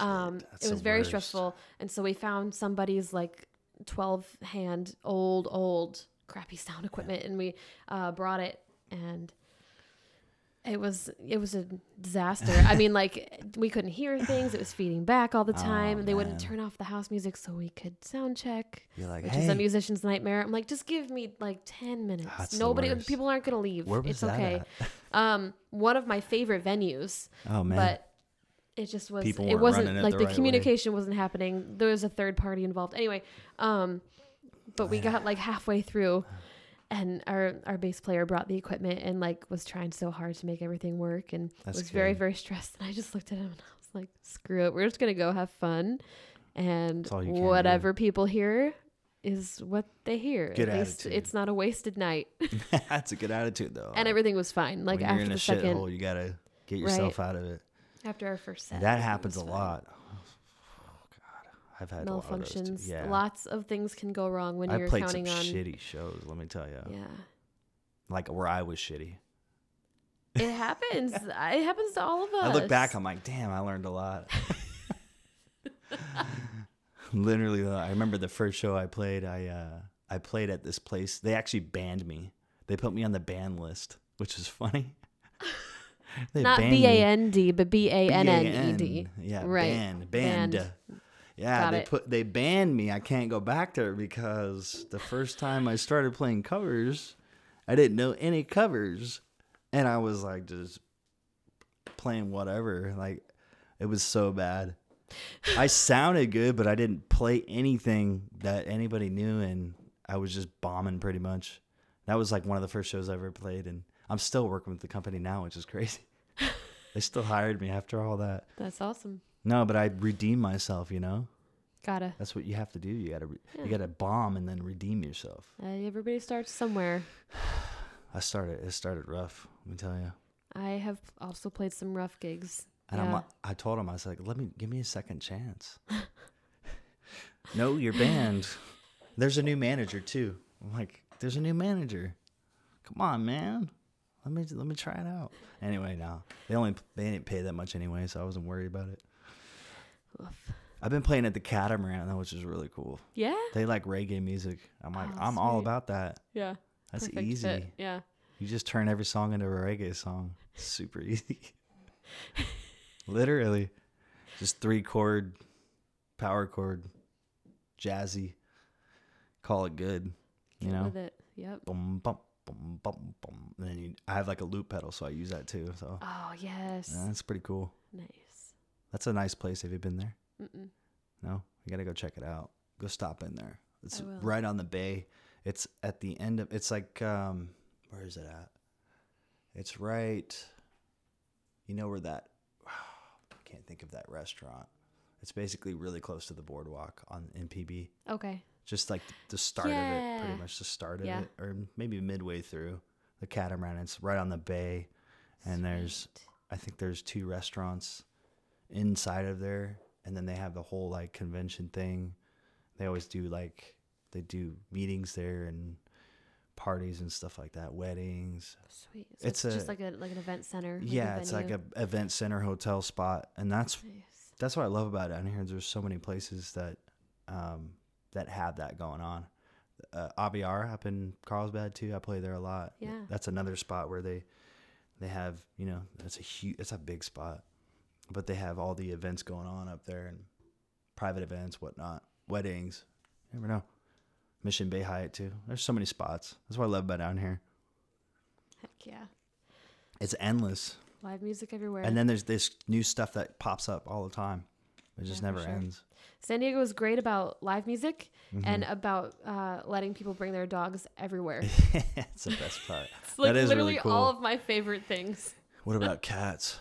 um,
Oh, that's
it
the
was very
worst.
stressful, and so we found somebody's like twelve hand old old crappy sound equipment, and we uh, brought it and. It was it was a disaster. I mean, like we couldn't hear things. It was feeding back all the
Oh,
time, and they wouldn't turn off the house music so we could sound check
You're like,
which
hey,
is a musician's nightmare. I'm like, just give me like ten minutes.
Ah, it's the
Nobody,
worst.
people aren't gonna leave.
where was
it's
that
okay.
at?
Um, one of my favorite venues,
Oh man.
but it just was.
People
it
weren't
wasn't
running it
like
the
the
right way.
communication wasn't happening. There was a third party involved. Anyway, um, but we got like halfway through. And our, our bass player brought the equipment and like was trying so hard to make everything work and
That's
was very
good.
very stressed. And I just looked at him and I was like, "Screw it, we're just gonna go have fun, and
That's all you can do.
whatever people hear is what they hear.
Good
At least
attitude.
it's not a wasted night."
That's a good attitude, though.
and everything was fine. Like
when
after
you're in a
the second,
shithole, you gotta get yourself out of it.
after our first set,
that
everything
happens a
was fine.
lot. Oh God, I've had A lot of those
Malfunctions,
too. yeah,
lots of things can go wrong when
I
you're
played some
counting on.
shitty shows. Let me tell you,
Yeah,
like where I was shitty.
it happens. it happens to all of us.
I look back, I'm like, damn, I learned a lot. Literally, though, I remember the first show I played. I uh, I played at this place. They actually banned me. They put me on the ban list, which is funny. They
not
banned me.
B A N D, but B A N N E D.
B-A-N. Yeah,
Right.
banned, banned.
Banned.
Yeah,
Got
they
it.
put they banned me. I can't go back there because the first time I started playing covers, I didn't know any covers, and I was like just playing whatever. Like it was so bad. I sounded good, but I didn't play anything that anybody knew, and I was just bombing pretty much. That was like one of the first shows I ever played, and I'm still working with the company now, which is crazy. they still hired me after all that.
That's awesome.
No, but I redeem myself. You know,
Gotta.
that's what you have to do. You gotta re- you gotta bomb and then redeem yourself.
Uh, everybody starts somewhere.
I started it started rough. Let me tell you.
I have also played some rough gigs.
And I'm
yeah.
like, I told him I was like, let me give me a second chance. no, your band. There's a new manager too. I'm like, there's a new manager. Come on, man. Let me let me try it out. Anyway, no, they only they didn't pay that much anyway, so I wasn't worried about it.
Oof.
I've been playing at the Catamaran though, which is really cool.
yeah,
They like reggae music. I'm like,
Oh,
I'm all
sweet.
about that.
yeah.
That's
Perfect
easy.
fit. Yeah.
You just turn every song into a reggae song. Super easy. Literally. Just three chord, power chord, jazzy. Call it good. You
Get
know?
With it. Yep.
Boom, bum, boom, bum, boom. And then you, I have like a loop pedal, so I use that too. So
Oh yes.
yeah, that's pretty cool.
Nice.
That's a nice place. Have you been there?
Mm-mm.
No, you gotta go check it out. Go stop in there. It's
I will.
right on the bay. It's at the end of. It's like um, where is it at? It's right. You know where that? I can't think of that restaurant. It's basically really close to the boardwalk on NPB.
Okay.
Just like the start of it,
Yeah.
pretty much the start of
Yeah.
it, or maybe midway through the catamaran. It's right on the bay, and there's
Sweet.
I think there's two restaurants inside of there, and then they have the whole like convention thing. They always do like they do meetings there and parties and stuff like that, weddings.
Sweet. So
It's
it's, just
a-
like a like an event center. like a
yeah, it's like
venue.
a event center hotel spot, and that's
Nice.
that's what I love about down here. Is there's so many places that um, that have that going on. Uh, ABR up in Carlsbad too. I play there a lot.
Yeah.
that's another spot where they they have you know that's a huge it's a big spot, but they have all the events going on up there and private events, whatnot, weddings. You never know. Mission Bay Hyatt too. There's so many spots. That's what I love about down here.
Heck yeah.
It's endless.
Live music everywhere.
And then there's this new stuff that pops up all the time. It just
Yeah, for
never
sure.
ends.
San Diego is great about live music
Mm-hmm.
and about uh, letting people bring their dogs everywhere.
That's the best part.
It's like
that is
literally
really cool.
all of my favorite things.
what about cats?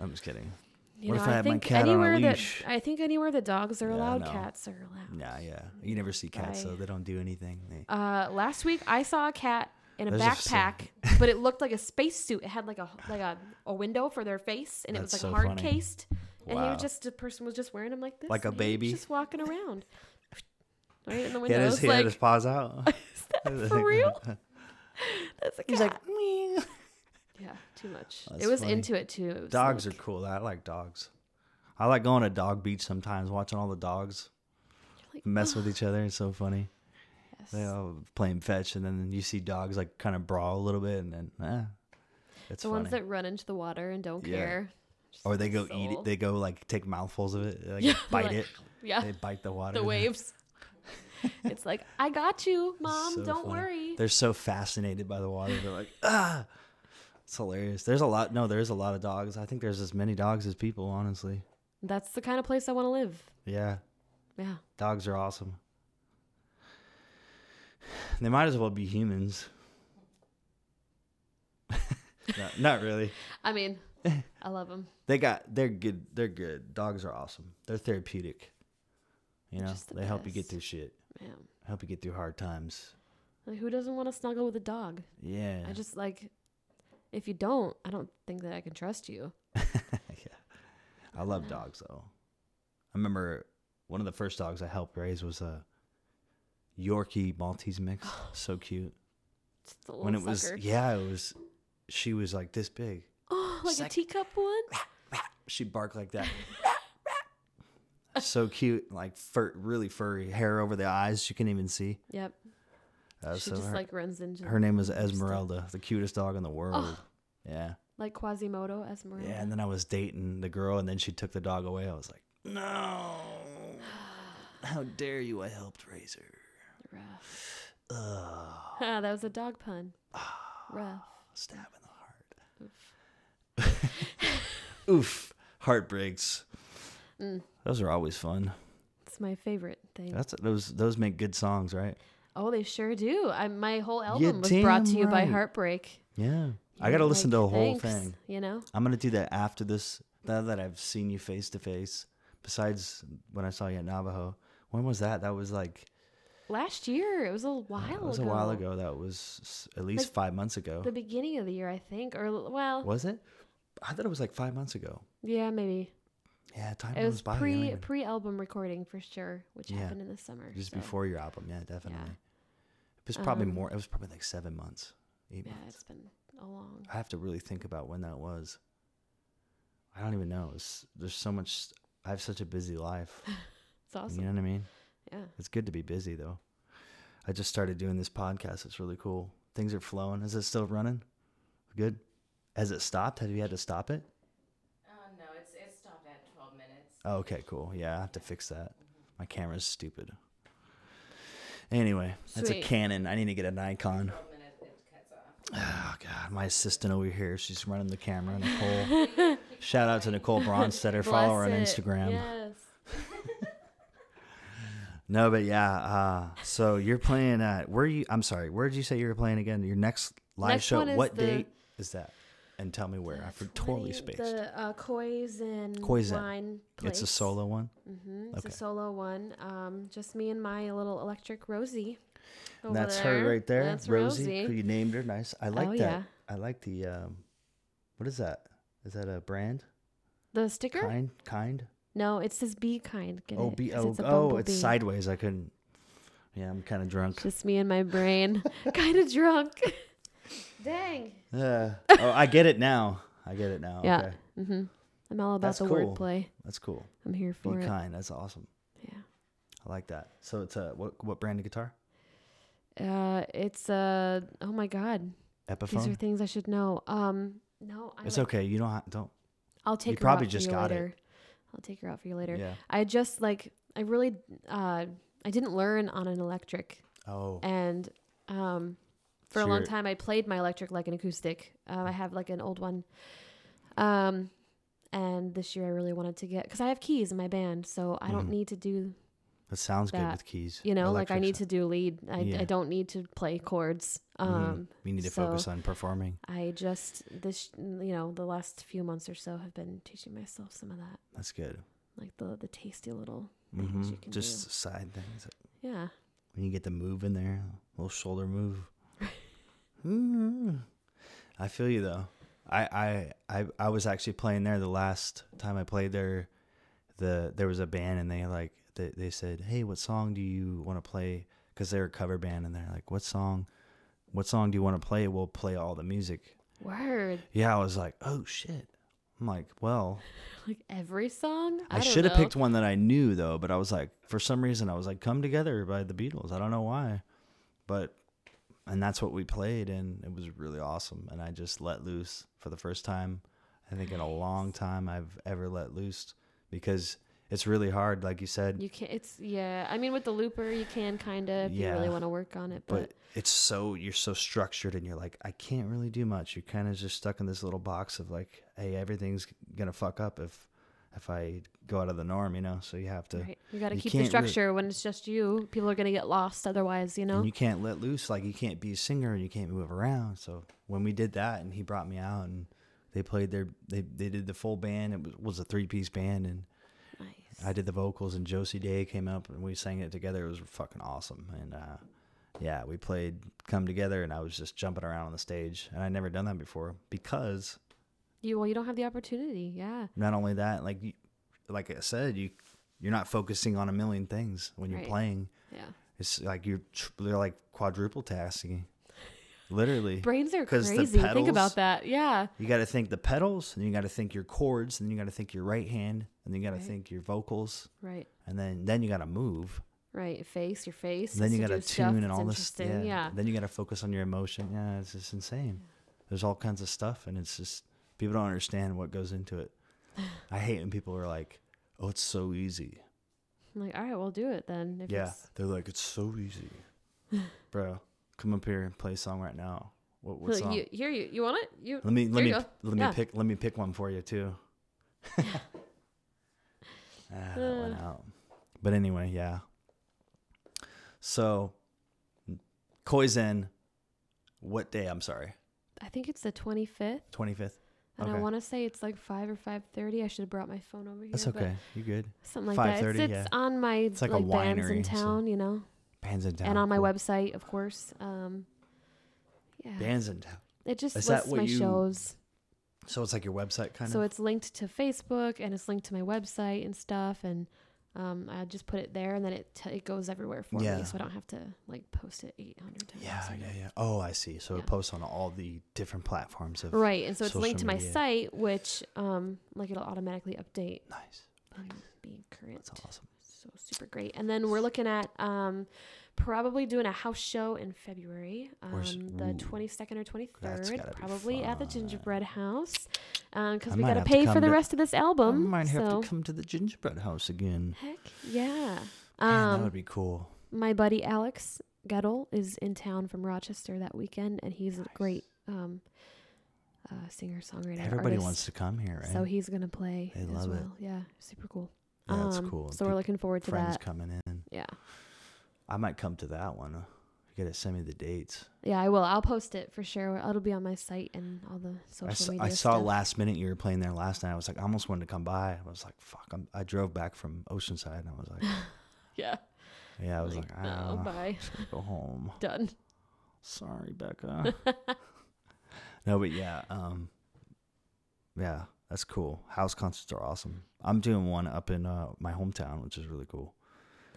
I'm just kidding.
You
What
know,
if I had my
think
cat on a
anywhere
leash?
That, I think anywhere that dogs are
Yeah, I
allowed,
know.
cats are allowed.
Nah, yeah. You never see cats, though.
Bye.
They don't do anything. They,
Uh, last week I saw a cat in a
There's a sa-
backpack, but it looked like a spacesuit. It had like a like a, a window for their face, and it was
That's
like
so
hard
funny.
cased. And he
Wow.
was just the person was just wearing him like this,
Like a
and he was
baby?
just walking around, right in
he
the window.
had
I
his,
was
he had his
like,
paws out.
is that for real? That's a cat.
He's like, "Meow."
yeah, too much.
That's
It was
funny.
into it too. It was
dogs
like,
are cool. I like dogs. I like going to dog beach sometimes, watching all the dogs
like,
mess with each other. It's so funny.
yes.
They all playing fetch, and then you see dogs like kind of brawl a little bit, and then, eh, it's
the
funny.
ones that run into the water and don't
Yeah.
care. Just
or they go eat
soul.
it. They go like take mouthfuls of it, they, like
Yeah,
bite
like,
it.
Yeah,
They bite the water.
the waves. it's like I got you, mom.
so
don't
funny.
worry.
They're so fascinated by the water. They're like, ah, it's hilarious. There's a lot. No, there's a lot of dogs. I think there's as many dogs as people. Honestly,
That's the kind of place I want to live.
yeah,
Yeah.
dogs are awesome. They might as well be humans. no, not really.
I mean, I love them.
They got. They're good. They're good. Dogs are awesome. They're therapeutic. You know,
Just the
they help you get
best.
through shit.
Yeah.
Help you get through hard times.
Like, who doesn't want to snuggle with a dog?
Yeah.
I just like, if you don't, I don't think that I can trust you.
yeah. I love dogs though. I remember one of the first dogs I helped raise was a Yorkie Maltese mix. so cute.
Just a little
When it was
sucker.
yeah, it was she was like this big.
oh, like
Sec-
a teacup one.
She barked like that. so cute, like fur, really furry, hair over the eyes. You can even see.
Yep.
Uh,
she
so
just
her,
like runs into
her name was Esmeralda, the cutest dog in the world.
Oh.
Yeah,
like Quasimodo Esmeralda.
yeah. And then I was dating the girl, and then she took the dog away. I was like, no. How dare you? I helped raise her.
Rough.
Ugh, Ah.
Ah, that was a dog pun. Rough.
stab in the heart. Oof. Heartbreaks.
Mm.
Those are always fun.
It's my favorite thing.
That's those. Those make good songs, right?
Oh, they sure do. I, my whole album was
damn
brought to you by
right.
Heartbreak.
Yeah. I gotta
Like,
listen to the whole
thanks,
thing.
You know?
I'm gonna do that after this. Now that I've seen you face to face, besides when I saw you at Navajo, when was that? That was like
Last year. It was a while
that was
ago.
a while ago. That was s- at least
Like,
five months ago.
The beginning of the year, I think. Or, l- well,
was it? I thought it was like five months ago.
yeah, maybe.
Yeah, time
It
goes
was
by. you don't
pre
even-
pre album recording for sure, which
Yeah.
happened in the summer.
just
so,
before your album yeah definitely it was probably more it was probably like seven months eight
Um, Yeah,
months
it's been a long.
i have to really think about when that was i don't even know it's, there's so much i have such a busy life
It's awesome.
you know what i mean
Yeah.
it's good to be busy though i just started doing this podcast it's really cool things are flowing is it still running good has it stopped have you had to stop it
Uh, no, it's it stopped at 12 minutes.
oh, okay cool yeah i have to fix that my camera's stupid anyway that's a
Sweet.
canon i need to get an icon
12 minutes, it cuts off.
Oh god, my assistant over here, she's running the camera, Nicole. Shout out to Nicole Bronstetter, follow her on Instagram.
Yes.
No, but yeah. Uh, so you're playing at where you? I'm sorry. Where did you say you were playing again? Your next live
Next
show.
one is
what
the-
date is that? And tell me where. I for totally spaced.
The uh, Koizen
Koizen.
Wine
it's a
place.
solo one.
Mhm, It's
Okay.
a solo one. Um, just me and my little electric Rosie. over
And that's her right there,
That's
Rosie,
Rosie.
who you named her. Nice. I like
Oh,
that.
yeah.
I like the. Um, what is that? Is that a brand?
The sticker?
Kind, kind.
No, it says be kind. Get
Oh,
it?
B
'Cause
O.
it's a
Oh, it's
bumblebee.
sideways. I couldn't. Yeah, I'm kind of drunk.
Just me and my brain, kind of drunk. Dang.
Yeah. oh, I get it now. I get it now.
Yeah.
Okay.
hmm I'm all about
That's
the
cool.
wordplay.
That's cool.
I'm here
Be
for it.
kind. That's awesome.
Yeah.
I like that. So it's a what? What brand of guitar?
Uh, it's uh. Oh my God. These are
Epiphone.
things I should know. Um, no, I
It's
like-
okay. You don't. Ha- don't.
I'll take. her
probably
out
just
for you
got it.
later. I'll take her out for you later.
Yeah.
I just like I really uh I didn't learn on an electric
Oh.
and um for
So
a long
you're-
time I played my electric like an acoustic. Um, I have like an old one. Um and this year I really wanted to get cuz I have keys in my band, so I don't
Mhm.
need to do,
That sounds good
that,
with keys.
you know, like I need
Electric
to do lead. I
Yeah.
I don't need to play chords.
sound. Mhm.
Um
we need to
so-
focus on performing.
I just this you know, the last few months or so have been teaching myself some of that,
That's good.
like the the tasty little things
hmm
you can
Just side things.
do. Yeah.
When you get the move in there, a little shoulder move. Mm. I feel you though. I, I I I was actually playing there the last time I played there. The there was a band and they like they, they said, "Hey, what song do you want to play?" Because they're a cover band and they're like, "What song? What song do you want to play? We'll play all the music."
Word.
Yeah, I was like, "Oh shit!" I'm like, "Well,
Like every song?
I,
don't
should have
know.
picked one that I knew though, but I was like, for some reason, I was like, "Come Together" by the Beatles. I don't know why, but and that's what we played, and it was really awesome. And I just let loose for the first time, I think in a long time I've ever let loose because it's really hard, like you said.
You can not it's yeah. I mean with the looper you can kinda if you
Yeah.
really want to work on it, but,
but it's so you're so structured, and you're like, I can't really do much. You're kind of just stuck in this little box of like, hey, everything's gonna fuck up if if I go out of the norm, you know. So you have to.
right, you
uh,
gotta
you
keep the
can't really-
structure when it's just you. People are gonna get lost otherwise, you know?
and you can't let loose like you can't be a singer and you can't move around so when we did that and he brought me out and they played their they, they did the full band it was, was a three piece band and
nice.
i did the vocals and josie day came up and we sang it together it was fucking awesome and uh yeah we played come together and i was just jumping around on the stage and i never done that before because
You well you don't have the opportunity, yeah.
not only that like you, like i said you you're not focusing on a million things when you're
Right.
playing
Yeah.
it's like you're tr- they're like quadruple tasking literally
Brains are
'Cause the
crazy. Think
pedals-
about that. Yeah.
You got to think the pedals, and you got to think your chords, and then you got to think your right hand, and then you got to
Right.
think your vocals,
Right.
and then then you got to move,
Right. Face, your face.
and then
has
you got
do
to
stuff
tune and
that's
all this.
interesting. Yeah.
Then you got to focus on your emotion. Yeah, it's just insane. There's all kinds of stuff, and it's just people don't understand what goes into it. I hate when people are like, "Oh, it's so easy."
I'm like, all right, we'll do it then. If
Yeah,
it's-
they're like, "It's so easy," bro. Come up here and play a song right now. What, what
Like,
song?
you, here you you want it? You
Let me let
Here
me
you
p-
go.
let me
Yeah.
pick let me pick one for you too. ah, that went
Uh.
out. But anyway, yeah. So, Koizen, what day? I'm sorry,
I think it's the twenty fifth.
25th.
And I
Okay.
want to say it's like five or five thirty. I should have brought my phone over here.
That's
but
okay. You good?
Something like that. It's,
5:30,
it's
yeah.
on my
like
like,
a
bands in
winery, so-
town, you know,
Bands in town.
and on my
cool.
website, of course. Um, yeah,
Bands in town.
it just
is
lists
that what
my
you
shows,
So it's like your website kind
so
of.
it's linked to Facebook and it's linked to my website and stuff, and um, I just put it there, and then it t- it goes everywhere for
Yeah.
me, so I don't have to like post it eight hundred times.
yeah,
you know?
yeah, yeah. Oh, I see. So
Yeah.
it posts on all the different platforms of.
Right, and so it's
Social
linked to my
media.
site, which um, like it'll automatically update
Nice.
and be current.
That's awesome.
So super great. And then we're looking at um, probably doing a house show in February, um,
Where's-
the
ooh.
22nd or
That's
23rd,
gotta be
probably at the
fun.
Gingerbread House because
I
we
might
got to
have to
pay for
come
the
to-
rest of this
I
album.
might have
so
to come to the gingerbread house again.
heck yeah.
Man, that
Um,
would be cool.
my buddy Alex Gettle is in town from Rochester that weekend, and he's a great um, uh, singer songwriter.
Everybody
artist.
wants to come here, right?
So he's gonna play
They
as
love it.
well. Yeah, super cool.
Yeah, that's
Um,
cool.
So we're
Peop-
looking forward to
Friends
that.
coming in.
yeah,
I might come to that one. You gotta send me the dates.
yeah, I will. I'll post it for sure. It'll be on my site and all the social
I, s-
media.
I saw
stuff.
last minute you were playing there last night. I was like, I almost wanted to come by. I was like, fuck. I'm, I drove back from Oceanside, and I was like,
Yeah.
yeah. I was like,
Like,
ah,
no, Oh, bye.
just gotta go home.
Done.
Sorry, Becca. no, but yeah, um, yeah, that's cool. House concerts are awesome. I'm doing one up in uh, my hometown, which is really cool.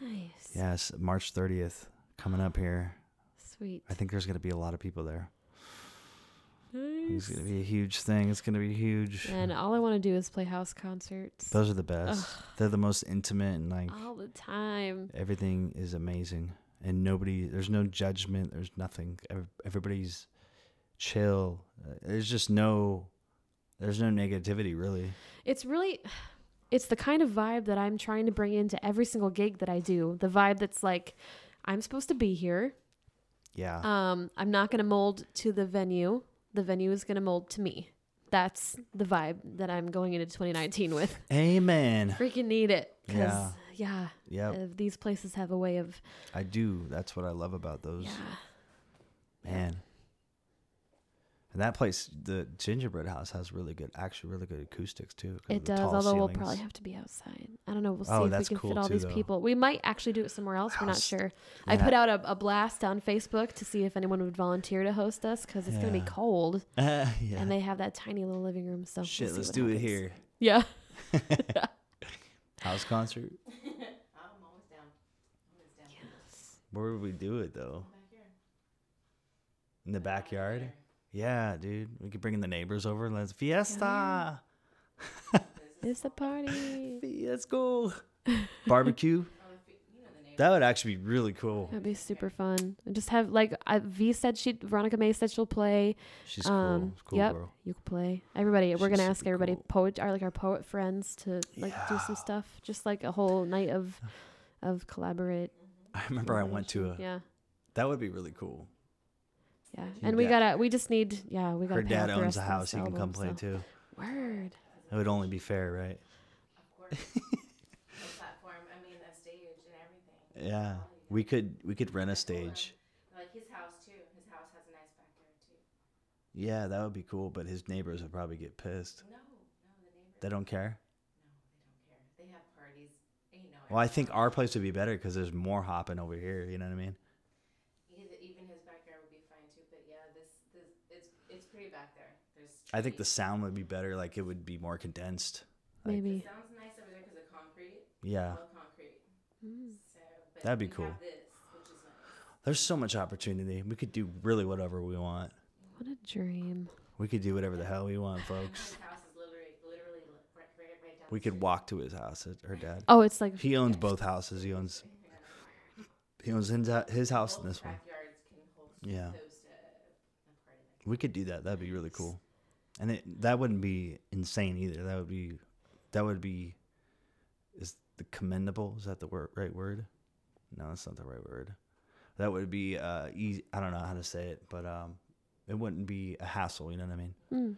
Nice.
Yes, March 30th, coming up here.
Sweet.
I think there's gonna be a lot of people there. It's
Nice.
gonna be a huge thing. It's gonna be huge.
And uh, all I want to do is play house concerts
Those are the best. They're the most intimate and like
all the time.
everything is amazing and nobody there's no judgment there's nothing Ev- everybody's chill Uh, there's just no there's no negativity really
It's really it's the kind of vibe that I'm trying to bring into every single gig that I do. The vibe that's like I'm supposed to be here.
yeah
Um I'm not going to mold to the venue. The venue is going to mold to me. That's the vibe that I'm going into 2019 with.
amen
Freaking need it cuz
Yeah.
yeah. yeah
yep
uh, these places have a way of
i do that's what i love about those
yeah.
man and that place the gingerbread house has really good actually really good acoustics too 'cause
It
of the
does,
tall
although we'll
ceilings.
probably have to be outside. I don't know. We'll see
Oh,
if we
that's
can
cool
fit all
too,
these
though.
people. We might actually do it somewhere else. We're not
House-
sure. I
yeah.
put out a, a blast on Facebook to see if anyone would volunteer to host us because it's going to be
Yeah.
cold
yeah
and they have that tiny little living room. So we'll
shit
see
let's
what
do it
happens.
here
Yeah.
house concert
I'm always down. Always down. for this.
where would we do it though
Back here.
in the backyard Yeah, dude. We could bring in the neighbors over. Let's fiesta.
It's a party.
Let's go.
Oh,
Barbecue. that would actually be really cool.
That'd be super fun. And just have like I, V said she Veronica May said she'll play.
She's cool.
Um,
She's a cool
yep,
girl.
you can play. Everybody, we're
She's
gonna ask
super
everybody
cool.
poet, our like our poet friends to like do
Yeah.
some stuff. Just like a whole night of, of collaborate.
I remember I went to a.
Yeah,
That would be really cool.
yeah.
Her
And we
dad-
gotta, we just need, yeah, we gotta.
Her
pay off
dad
the
owns
rest
a
of
house.
this
You can come
album,
play too.
so- Word.
It would only be fair, right?
A platform. I mean, a stage and everything.
Yeah. We could we could rent a stage.
Like his house too. His house has a nice backyard too.
Yeah, that would be cool. But his neighbors would probably get pissed.
No, no, the neighbors.
They don't care.
don't care. They have parties. You know.
Well, I
every
think
summer.
our place would be better because there's more hopping over here. You know what I mean?
Either, even his backyard would be fine too. But yeah, this this it's it's pretty back there. There's.
I think the
trees.
sound would be better. Like it would be more condensed. Like-
It
Maybe.
sounds nice over there because of concrete.
Yeah.
All concrete.
Mm,
So, but
That'd be
we
cool.
Have this, which is nice.
There's so much opportunity. We could do really whatever we want.
What a dream.
We could do whatever the hell we want, folks.
His house is literally literally li- right, right, right down.
We
the
could
street.
walk to his house, at- her dad.
Oh, it's like
He owns both houses. He owns he owns his, his house and
Both
this one.
Backyards can host,
Yeah.
host a, uh, a party like
We could do that. That'd be really cool. And it, that wouldn't be insane either. That would be that would be is the commendable. Is that the word, right word? No, that's not the right word. That would be uh easy, I don't know how to say it, but um it wouldn't be a hassle, you know what I mean?
Mm.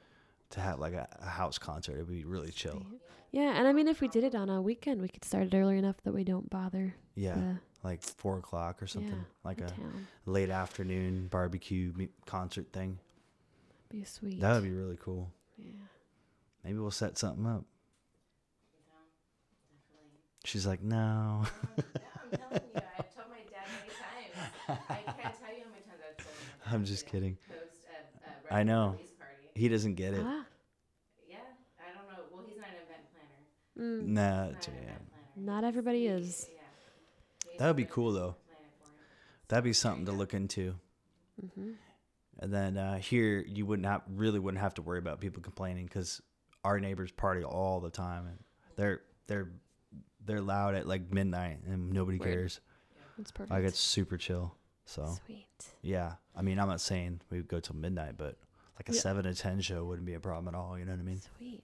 To have like a, a house concert, it'd be really chill.
yeah, and I mean, if we did it on a weekend, we could start it early enough that we don't bother
Yeah,
the,
like four o'clock or something,
yeah,
like
the
a
town.
late afternoon barbecue mu- concert thing.
Be sweet.
That would be really cool.
Yeah.
Maybe we'll set something up.
Definitely.
She's like, no.
No, I'm telling you, I've told my dad many times. I can't tell you how many times I've told him. I
I'm
can't
just
do-
kidding.
Host a, a
I
record
know.
Release uh, party.
He doesn't get it.
Ah,
Yeah, I don't know. Well, he's not an event planner.
mm,
Nah,
Not
it's-
an
yeah.
event planner.
not everybody is.
Yeah.
That would be cool though.
Plan it for him.
That'd be something to look into.
Mm-hmm.
And then uh, here, you would not really wouldn't have to worry about people complaining because our neighbors party all the time. And they're they're they're loud at like midnight and nobody
Right.
cares.
It's perfect.
Like it's super chill. So
Sweet.
yeah, I mean, I'm not saying we would go till midnight, but like a
Yeah.
seven to ten show wouldn't be a problem at all. You know what I mean?
Sweet.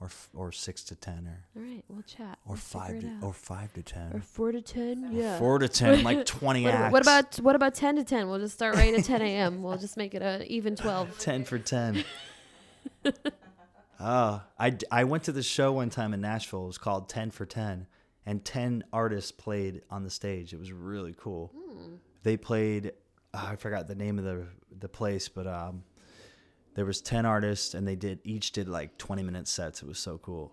Or f- or six to ten or
All right, we'll chat.
or
We'll figure
five
it
to,
out.
or five to
or
ten.
four to ten. Yeah.
Four to ten, like twenty
What, ab-
acts.
what about what about ten to ten? We'll just start right at ten a.m. We'll just make it a even twelve.
ten for ten? Oh, I, I went to the show one time in Nashville. It was called 10 for 10, and 10 artists played on the stage. It was really cool.
Hmm.
They played, ah, I forgot the name of the, the place, but um, there was 10 artists and they did each did like 20 minute sets. It was so cool.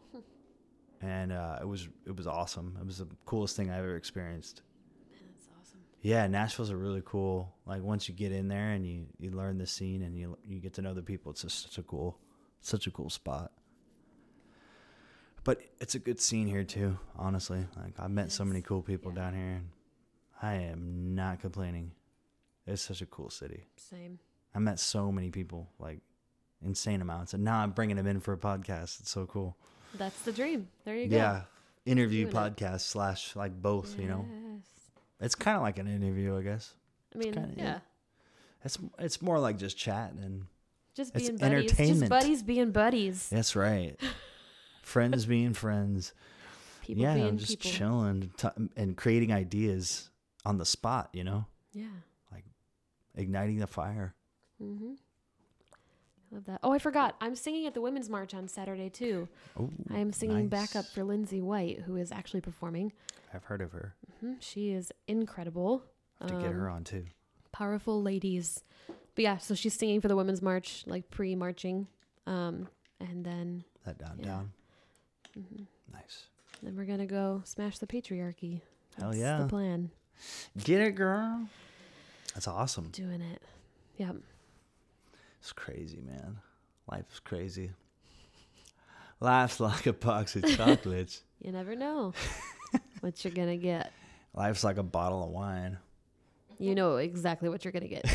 and uh, it was it was awesome. It was the coolest thing I ever experienced.
That's awesome.
Yeah, Nashville's a really cool. Like once you get in there and you you learn the scene and you you get to know the people, it's just such a cool, such a cool spot. But it's a good scene here too. Honestly, like I've met so many cool people down here, and I am not complaining. It's such a cool city.
Same.
I met so many people, like insane amounts, and now I'm bringing them in for a podcast. It's so cool.
That's the dream. There you go.
Yeah, interview
Doing it.
podcast slash like both. You know,
Yes.
it's kind of like an interview, I guess.
I mean,
kinda it.
yeah.
It's it's more like just chatting and
Just
It's
being buddies. Just
entertainment.
buddies being buddies.
that's right. friends being friends.
People
yeah,
being
just
people.
chilling t- and creating ideas on the spot, you know?
Yeah.
Igniting the fire.
Mm-hmm. I love that. Oh, I forgot. I'm singing at the Women's March on Saturday too.
Oh,
I am singing
nice.
backup for Lindsay White, who is actually performing.
I've heard of her.
Mhm, She is incredible.
I have to get
Um,
her on too.
powerful ladies. But yeah, so she's singing for the Women's March, like pre-marching, um, and then
That down,
yeah.
down.
mhm,
Nice.
then we're gonna go smash the patriarchy.
Hell
That's
yeah.
the plan.
Get it, girl. That's awesome.
Doing it. Yep.
It's crazy, man. Life is crazy. Life's like a box of chocolates.
You never know what you're gonna get.
Life's like a bottle of wine.
You know exactly what you're gonna get.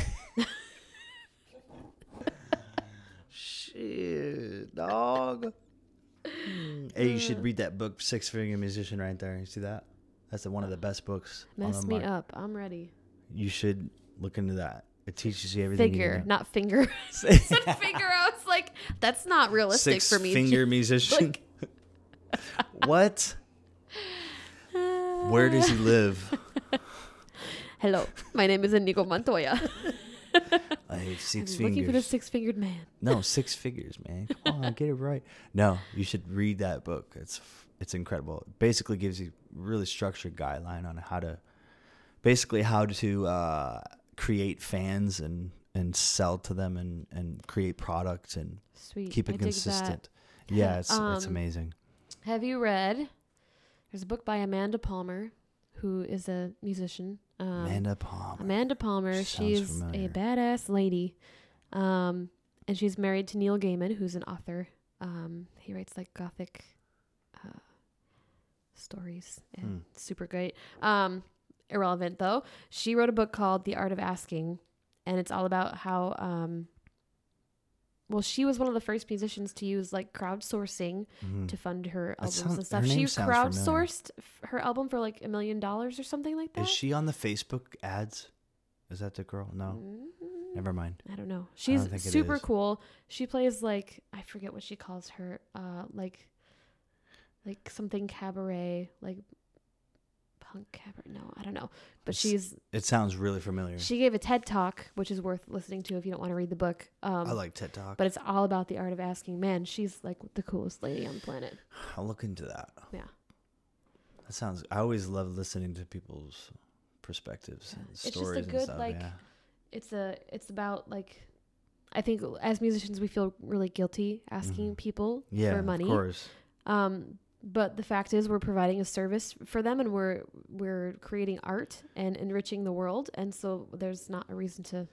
Shit, dog. Mm. hey, you should read that book, Six Finger Musician, right there. You see that? That's the, one of the best books. on
Mess
the
me
market.
up. I'm ready.
You should look into that. It teaches you everything.
Figure,
You
not finger.
need to
Said figure. I was like, that's not
know.
realistic
Six
for me.
Finger Musician. what? Where does he live?
Ah. Hello, my name is Inigo Montoya.
I hate
I'm
6
looking for the
fingers.
six-fingered man.
no, six figures, man. Come on, get it right. No, you should read that book. It's it's incredible. It basically gives you really structured guideline on how to, basically how to uh, create fans and and sell to them and and create products and
Sweet.
keep it
I dig that.
consistent. Yeah, it's it's
Um,
amazing.
Have you read? There's a book by Amanda Palmer, who is a musician. Um,
Amanda Palmer.
Amanda Palmer.
She sounds
she's
familiar.
a badass lady, um, and she's married to Neil Gaiman, who's an author. Um, he writes like gothic uh, stories and
Hmm.
super great. Um, irrelevant though, she wrote a book called The Art of Asking, and it's all about how. Um, well, she was one of the first musicians to use like crowdsourcing
Mhm.
to fund her
That
albums
sound-
and stuff.
her
She
name sounds familiar.
crowdsourced f- her album for like a million dollars or something like that.
Is she on the Facebook ads? Is that the girl? No,
Mm,
never mind.
I don't know. She's
think it
super
is.
cool. She plays like I forget what she calls her, uh, like like something cabaret, like punk cabaret. No, I don't know. But
It's-
she's
It sounds really familiar.
she gave a TED talk, which is worth listening to if you don't want to read the book. Um,
I like TED Talk.
but it's all about the art of asking. Man, she's like the coolest lady on the planet.
I'll look into that.
Yeah.
That sounds. I always love listening to people's perspectives
Yeah.
and
It's just a
stories
good,
and stuff.
like,
yeah.
it's a it's about like I think as musicians we feel really guilty asking
Mhm.
people
Yeah.
for money.
Of course.
Um but the fact is we're providing a service for them and we're we're creating art and enriching the world and so there's not a reason to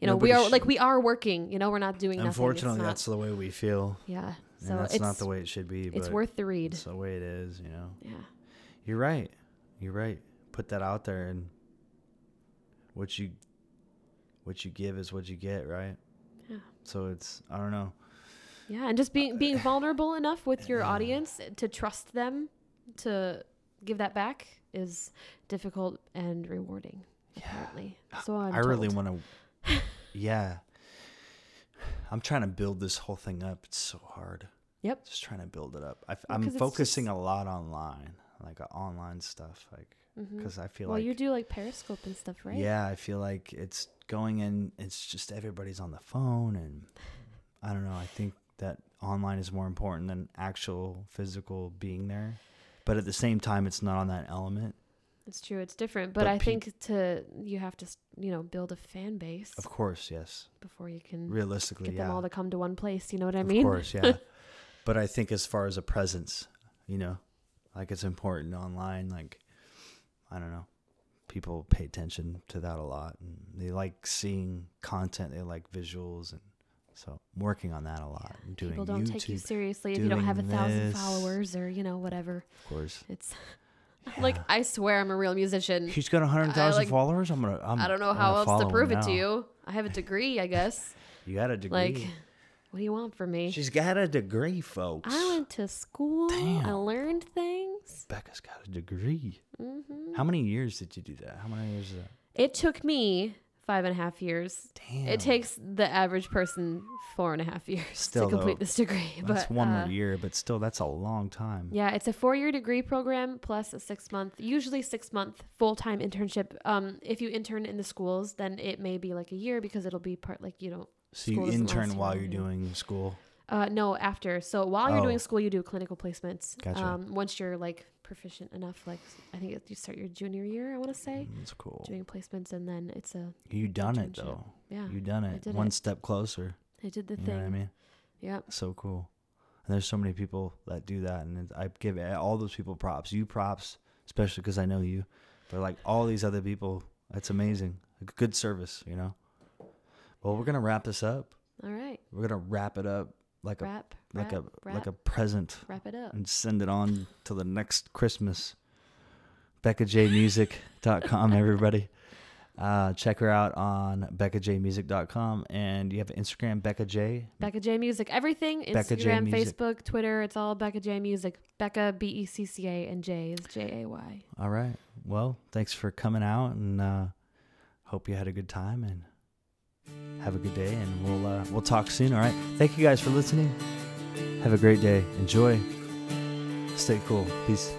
you know, we
Nobody
are
should-
like we are working, you know, we're not doing
Unfortunately,
nothing.
that's the way we feel,
that's yeah. So
and that's
it's
not the way it should be. But
it's worth the read.
It's the way it is. You know.
Yeah.
You're right. You're right. Put that out there, and what you what you give is what you get, right?
Yeah.
So it's I don't know.
Yeah, and just being being vulnerable enough with your
Uh, Yeah.
audience to trust them to give that back is difficult and rewarding. Apparently, so I'm
i really
told.
want to. yeah. I'm trying to build this whole thing up. It's so hard.
Yep.
Just trying to build it up. I,
Well,
am
'cause it's
focusing
just-
a lot online, like uh, online stuff, like
Mhm.
because I feel
Well,
like
you do like Periscope and stuff, right?
yeah, I feel like it's going in. It's just everybody's on the phone, and I don't know. I think that online is more important than actual physical being there. But at the same time, it's not on that element.
It's true. It's different, but,
But
I
pe-
think to you have to you know build a fan base
Of course, yes.
before you can
Realistically,
Mm. get
yeah.
them all to come to one place. You know what I
of
mean?
course, yeah. but I think as far as a presence, you know, like it's important online. Like, I don't know. People pay attention to that a lot. And they like seeing content, they like visuals. And so I'm working on that a lot. and doing
People don't
YouTube,
take you seriously if you don't have a
doing
thousand
this.
followers or you know whatever.
of course.
It's like
Yeah.
I swear I'm a real musician.
He's got 100,000
like-
followers. I'm going to.
I don't know how else to prove it to you. I have a degree, I guess.
You got a degree.
like, what do you want from me?
She's got a degree, folks.
I went to school. I
Damn.
learned things.
Becca's got a degree.
Mm-hmm.
How many years did you do that? How many years is that?
It took me five and a half years.
Damn.
It takes the average person four and a half years
Still,
to complete
though,
this degree.
That's
but
one
uh,
more year, but still, that's a long time.
Yeah, it's a four year degree program plus a six month, usually six month full time internship. Um, if you intern in the schools, then it may be like a year because it'll be part like you don't.
So you
School doesn't
intern
last
while
long,
you're
yeah.
doing school.
Uh, no, after. So while you're
Oh.
doing school, you do clinical placements.
Gotcha.
Um, once you're like proficient enough, like I think it, you start your junior year, I want to say,
That's cool.
doing placements, and then it's a
You done it
internship.
though.
yeah.
You done
I
it.
did
One
it.
step closer.
I did the
You
thing.
know what I mean?
Yeah.
So cool. And there's so many people that do that, and it- I give all those people props. You props, especially because I know you. But like all these other people, that's amazing. Like, good service, you know. Well, we're gonna wrap this up.
All right.
We're gonna wrap it up like a
Wrap.
like
wrap,
a like
wrap,
a present
wrap it up.
and send it on to the next Christmas. BeccaJMusic.com, everybody. Uh, check her out on BeccaJMusic.com. And you have Instagram, Becca J.
Becca J Music. Everything
Becca J
Instagram,
Music.
Facebook, Twitter. It's all Becca J Music. Becca B E C C A and J is J A Y.
All right. Well, thanks for coming out and uh, hope you had a good time and have a good day. And we'll, uh, we'll talk soon. All right. Thank you guys for listening. Have a great day. Enjoy. Stay cool. Peace.